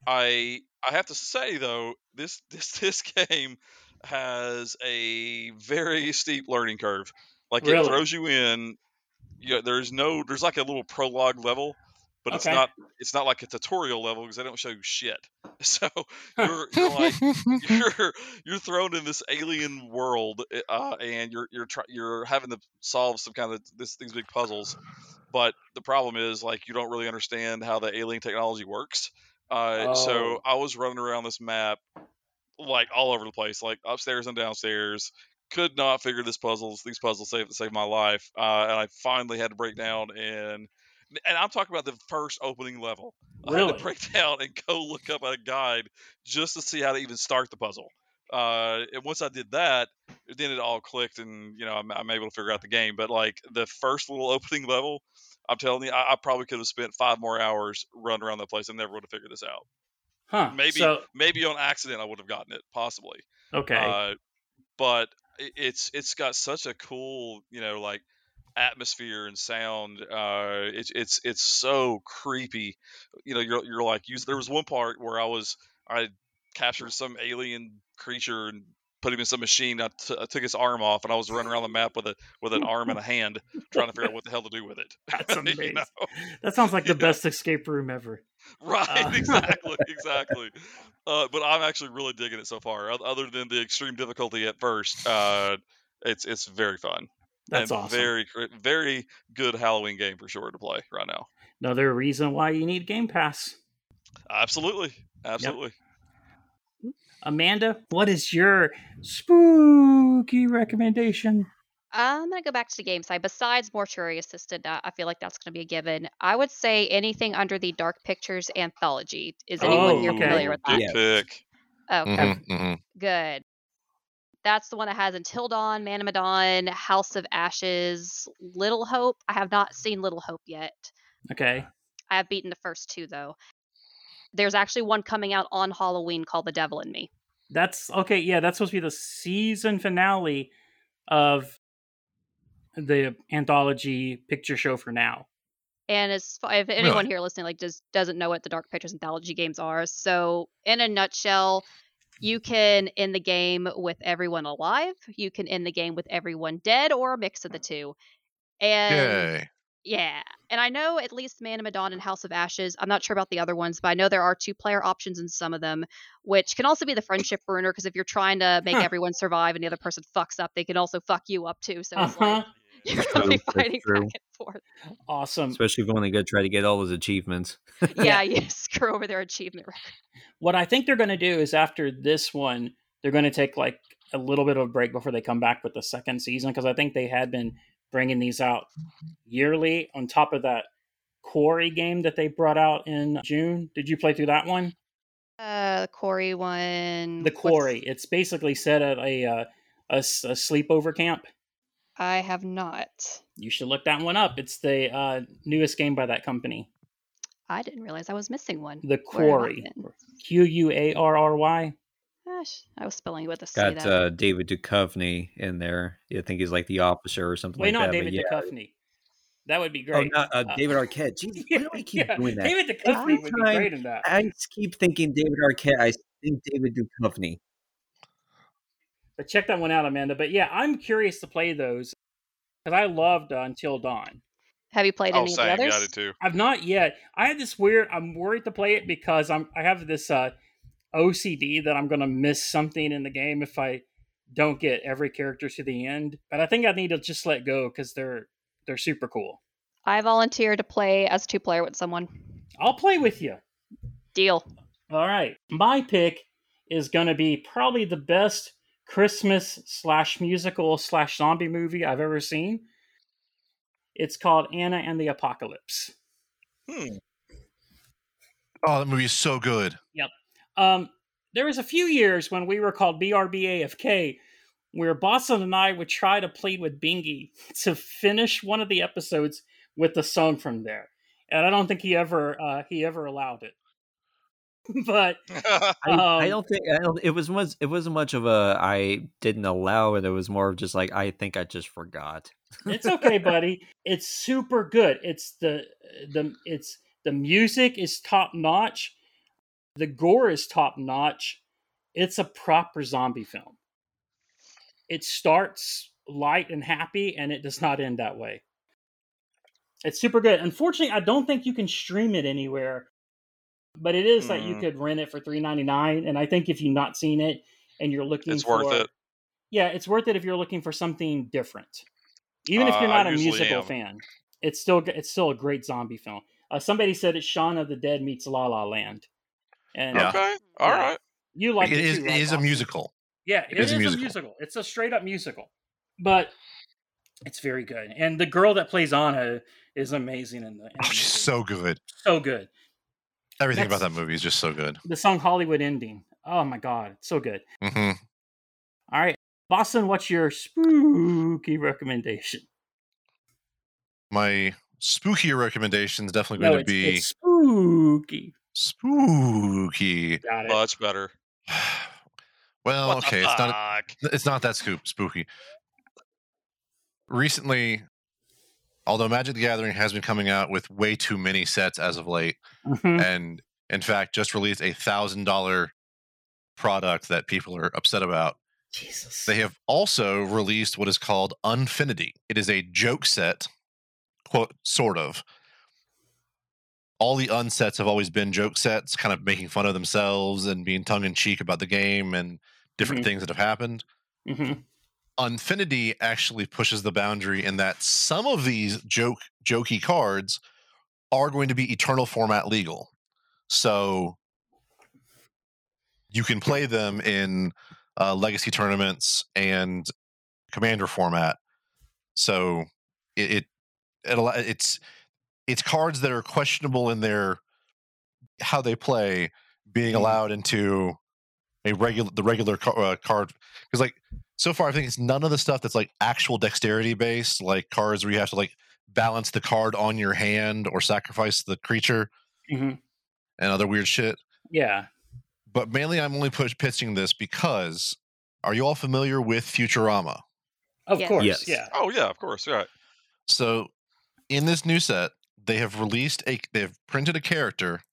I I have to say though, this <laughs> this this game has a very steep learning curve. Like it Really? throws you in. You know, there's no there's like a little prologue level, but it's Okay. not it's not like a tutorial level because they don't show you shit. <laughs> So you're, <laughs> you're like you're you're thrown in this alien world, uh, and you're you're try- you're having to solve some kind of this these big puzzles. But the problem is, like, you don't really understand how the alien technology works. Uh, Oh. So I was running around this map, like all over the place, like upstairs and downstairs. Could not figure this puzzles these puzzles save save my life, uh, and I finally had to break Mm-hmm. down and and I'm talking about the first opening level. I had Really? to break <laughs> down and go look up a guide just to see how to even start the puzzle. Uh, and once I did that, then it all clicked, and you know I'm, I'm able to figure out the game. But like the first little <laughs> opening level, I'm telling you, I, I probably could have spent five more hours running around the place and never would have figured this out. Huh. Maybe So, maybe on accident I would have gotten it, possibly. okay. Uh, but i- it's it's got such a cool, you know, like atmosphere and sound. Uh, it's it's it's so creepy. You know, you're you're like you. There was one part where I was I captured some alien creature and put him in some machine. I, t- I took his arm off and I was running around the map with a with an arm and a hand trying to figure out what the hell to do with it. <laughs> <laughs> That's amazing. know? That sounds like the Yeah. best escape room ever. Right, Uh, <laughs> exactly, exactly. Uh, but I'm actually really digging it so far. oth- Other than the extreme difficulty at first, uh, it's it's very fun. That's and awesome. Very cr- very good Halloween game for sure to play right now. Another reason why you need Game Pass. Absolutely, absolutely. Amanda, what is your spooky recommendation? I'm going to go back to the game side. Besides Mortuary Assistant, uh, I feel like that's going to be a given. I would say anything under the Dark Pictures anthology. Is anyone here Oh, familiar with that? Good Yes. pick. Okay. Mhm, mhm. Good. That's the one that has Until Dawn, Manamadon, House of Ashes, Little Hope. I have not seen Little Hope yet. Okay. I have beaten the first two though. There's actually one coming out on Halloween called The Devil in Me. That's okay. Yeah, that's supposed to be the season finale of the anthology picture show for now. And as far, if anyone here listening like just doesn't know what the Dark Pictures anthology games are, so in a nutshell, you can end the game with everyone alive. You can end the game with everyone dead, or a mix of the two. And Yay. Yeah. And I know at least Man of Madonna and House of Ashes. I'm not sure about the other ones, but I know there are two player options in some of them, which can also be the friendship ruiner because if you're trying to make Huh. everyone survive and the other person fucks up, they can also fuck you up too. So it's Uh-huh. like <laughs> you're going to be True, that's fighting true. back and forth. Awesome. Especially if you want to go try to get all those achievements. Yeah, you <laughs> screw over their achievement record. What I think they're going to do is after this one, they're going to take like a little bit of a break before they come back with the second season because I think they had been bringing these out yearly on top of that quarry game that they brought out in June. Did you play through that one? Uh, the quarry one. the what's- quarry. It's basically set at a, uh, a s- a sleepover camp. I have not. You should look that one up. It's the uh, newest game by that company, I didn't realize I was missing one. The Where have I Quarry. been? Q U A R R Y. Gosh, I was spelling it with a C. Got that. uh, David Duchovny in there. I think he's like the officer or something Wait, like not that. but David yeah. Duchovny. That would be great. Oh, not, uh, <laughs> David Arquette. Jesus, why do I keep doing that? David Duchovny would be time great in that. I just keep thinking David Arquette. I think David Duchovny. But check that one out, Amanda. But yeah, I'm curious to play those because I loved uh, Until Dawn. Have you played Oh, any of the same. Got others? it too. I've not yet. I had this weird. I'm worried to play it because I'm. I have this uh, OCD that I'm going to miss something in the game if I don't get every character to the end. But I think I need to just let go because they're they're super cool. I volunteer to play as two player with someone. I'll play with you. Deal. All right. My pick is going to be probably the best Christmas slash musical slash zombie movie I've ever seen. It's called Anna and the Apocalypse. Hmm. <laughs> Oh, that movie is so good. Um, there was a few years when we were called BRBAFK, where Boston and I would try to plead with Bingy <laughs> to finish one of the episodes with the song from there, and I don't think he ever uh, he ever allowed it. <laughs> but I, I Um, don't think I don't, it was much. It wasn't much of a I didn't allow it. It was more of just like I think I just forgot. it's okay, buddy. It's super good. It's the the it's the music is top notch, the gore is top notch. It's a proper zombie film. It starts light and happy, and it does not end that way. It's super good. Unfortunately, I don't think you can stream it anywhere, but it is like you Mm. could rent it for three ninety nine. And I think if you've not seen it and you're looking, It's worth for- it. yeah, it's worth it if you're looking for something different. Even if Uh, you're I not a usually musical am. fan, it's still g- it's still a great zombie film. Uh, somebody said it's Shaun of the Dead meets La La Land, and Yeah. Okay. All Yeah. right. you like it it is. too, It right, is a Boston? musical. Yeah, it is, a, musical. It's a straight up musical, but it's very good. And the girl that plays Anna is amazing in the. In the Oh, she's movie. so good. so good. Everything about that That's- movie is just so good. The song "Hollywood Ending." Oh my god, so good. hmm All right, Boston, what's your spooky recommendation? My spooky recommendation is definitely no, going it's, to be it's spooky. spooky. <sighs> Got it. Much better. Well, What the okay, it's not. fuck? It's not that scoop spooky. Recently, although Magic the Gathering has been coming out with way too many sets as of late, Mhm. and in fact just released a thousand dollar product that people are upset about. Jesus. They have also released what is called Unfinity. It is a joke set, quote, sort of. All the unsets have always been joke sets, kind of making fun of themselves and being tongue in cheek about the game and different Mhm. things that have happened. Mhm. Unfinity actually pushes the boundary in that some of these joke jokey cards are going to be eternal format legal. So you can play them in uh, legacy tournaments and commander format. So it, it it allo- it's it's cards that are questionable in their how they play being Mhm. allowed into a regular the regular car, uh, card because like so far I think it's none of the stuff that's like actual dexterity based like cards where you have to like balance the card on your hand or sacrifice the creature Mhm. and other weird shit Yeah. but mainly I'm only push pitching this because are you all familiar with Futurama Of Yes. course. Yes. Yeah. Oh yeah, of course. Right. So, in this new set, they have released a they've printed a character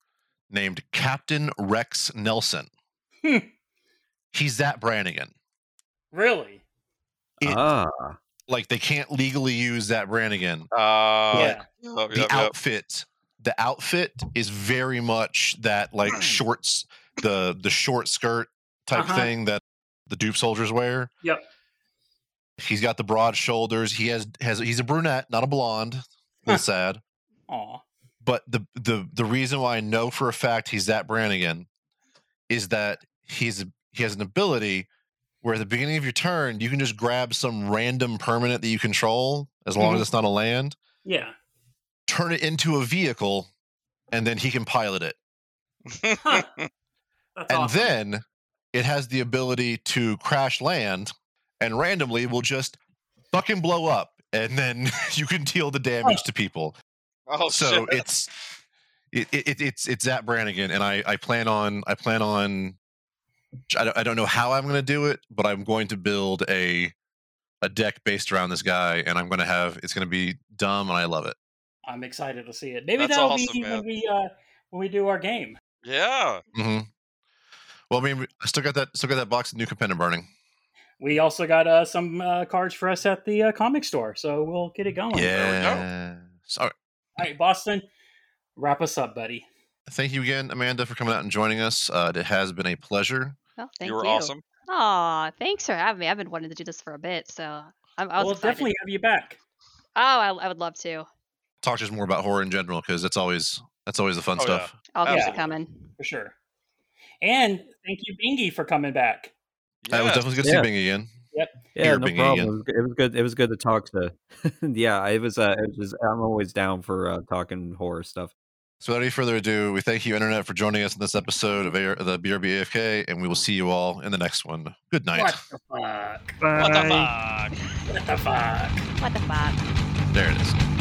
named Captain Rex Nelson. Hmm. He's that Brannigan. Really? It- ah, Like they can't legally use that Brannigan. Uh, Yeah. Yep, The yep, yep. outfit, the outfit is very much that like shorts, the the short skirt type Uh-huh. thing that the dupe soldiers wear. Yep. He's got the broad shoulders. He has has he's a brunette, not a blonde. A Huh. little sad. Aw. but the the the reason why I know for a fact he's that Brannigan is that he's he has an ability where at the beginning of your turn you can just grab some random permanent that you control as long Mhm. as it's not a land, <laughs> Yeah. turn it into a vehicle, and then he can pilot it. That's And awesome. then it has the ability to crash land and randomly will just fucking blow up and then <laughs> you can deal the damage to people. <laughs> oh so shit. it's it, it, it- it's it's Zach Brannigan, and I I plan on I plan on I don't, I don't know how I'm going to do it, but I'm going to build a a deck based around this guy, and I'm going to have it's going to be dumb, and I love it. I'm excited to see it. Maybe That's that'll awesome, be man. when we uh, when we do our game. Yeah. hmm Well, I mean, I still got that, still got that box of new companion burning. We also got uh, some uh, cards for us at the uh, comic store, so we'll get it going. Oh, there we go. Yeah. All right. All right, Boston, wrap us up, buddy. Thank you again, Amanda, for coming out and joining us. Uh, it has been a pleasure. Well, thank you were awesome. Aw, thanks for having me. I've been wanting to do this for a bit, so I'm, I was we'll excited. definitely have you back. Oh, I, I would love to. Talk to us more about horror in general because that's always that's always the fun Oh, yeah. stuff. I'll keep Absolutely. it coming. for sure. And thank you, Bingy, for coming back. That was Yes. definitely good to Yeah. see Bing again. Yeah, You're no being problem. again. It was, good, it was good. It was good to talk to. <laughs> yeah, it was. Uh, it was. I'm always down for uh, talking horror stuff. So without any further ado, we thank you, Internet, for joining us in this episode of AR- the BRB AFK, and we will see you all in the next one. Good night. What the fuck? What the fuck? What the fuck? What the fuck? There it is.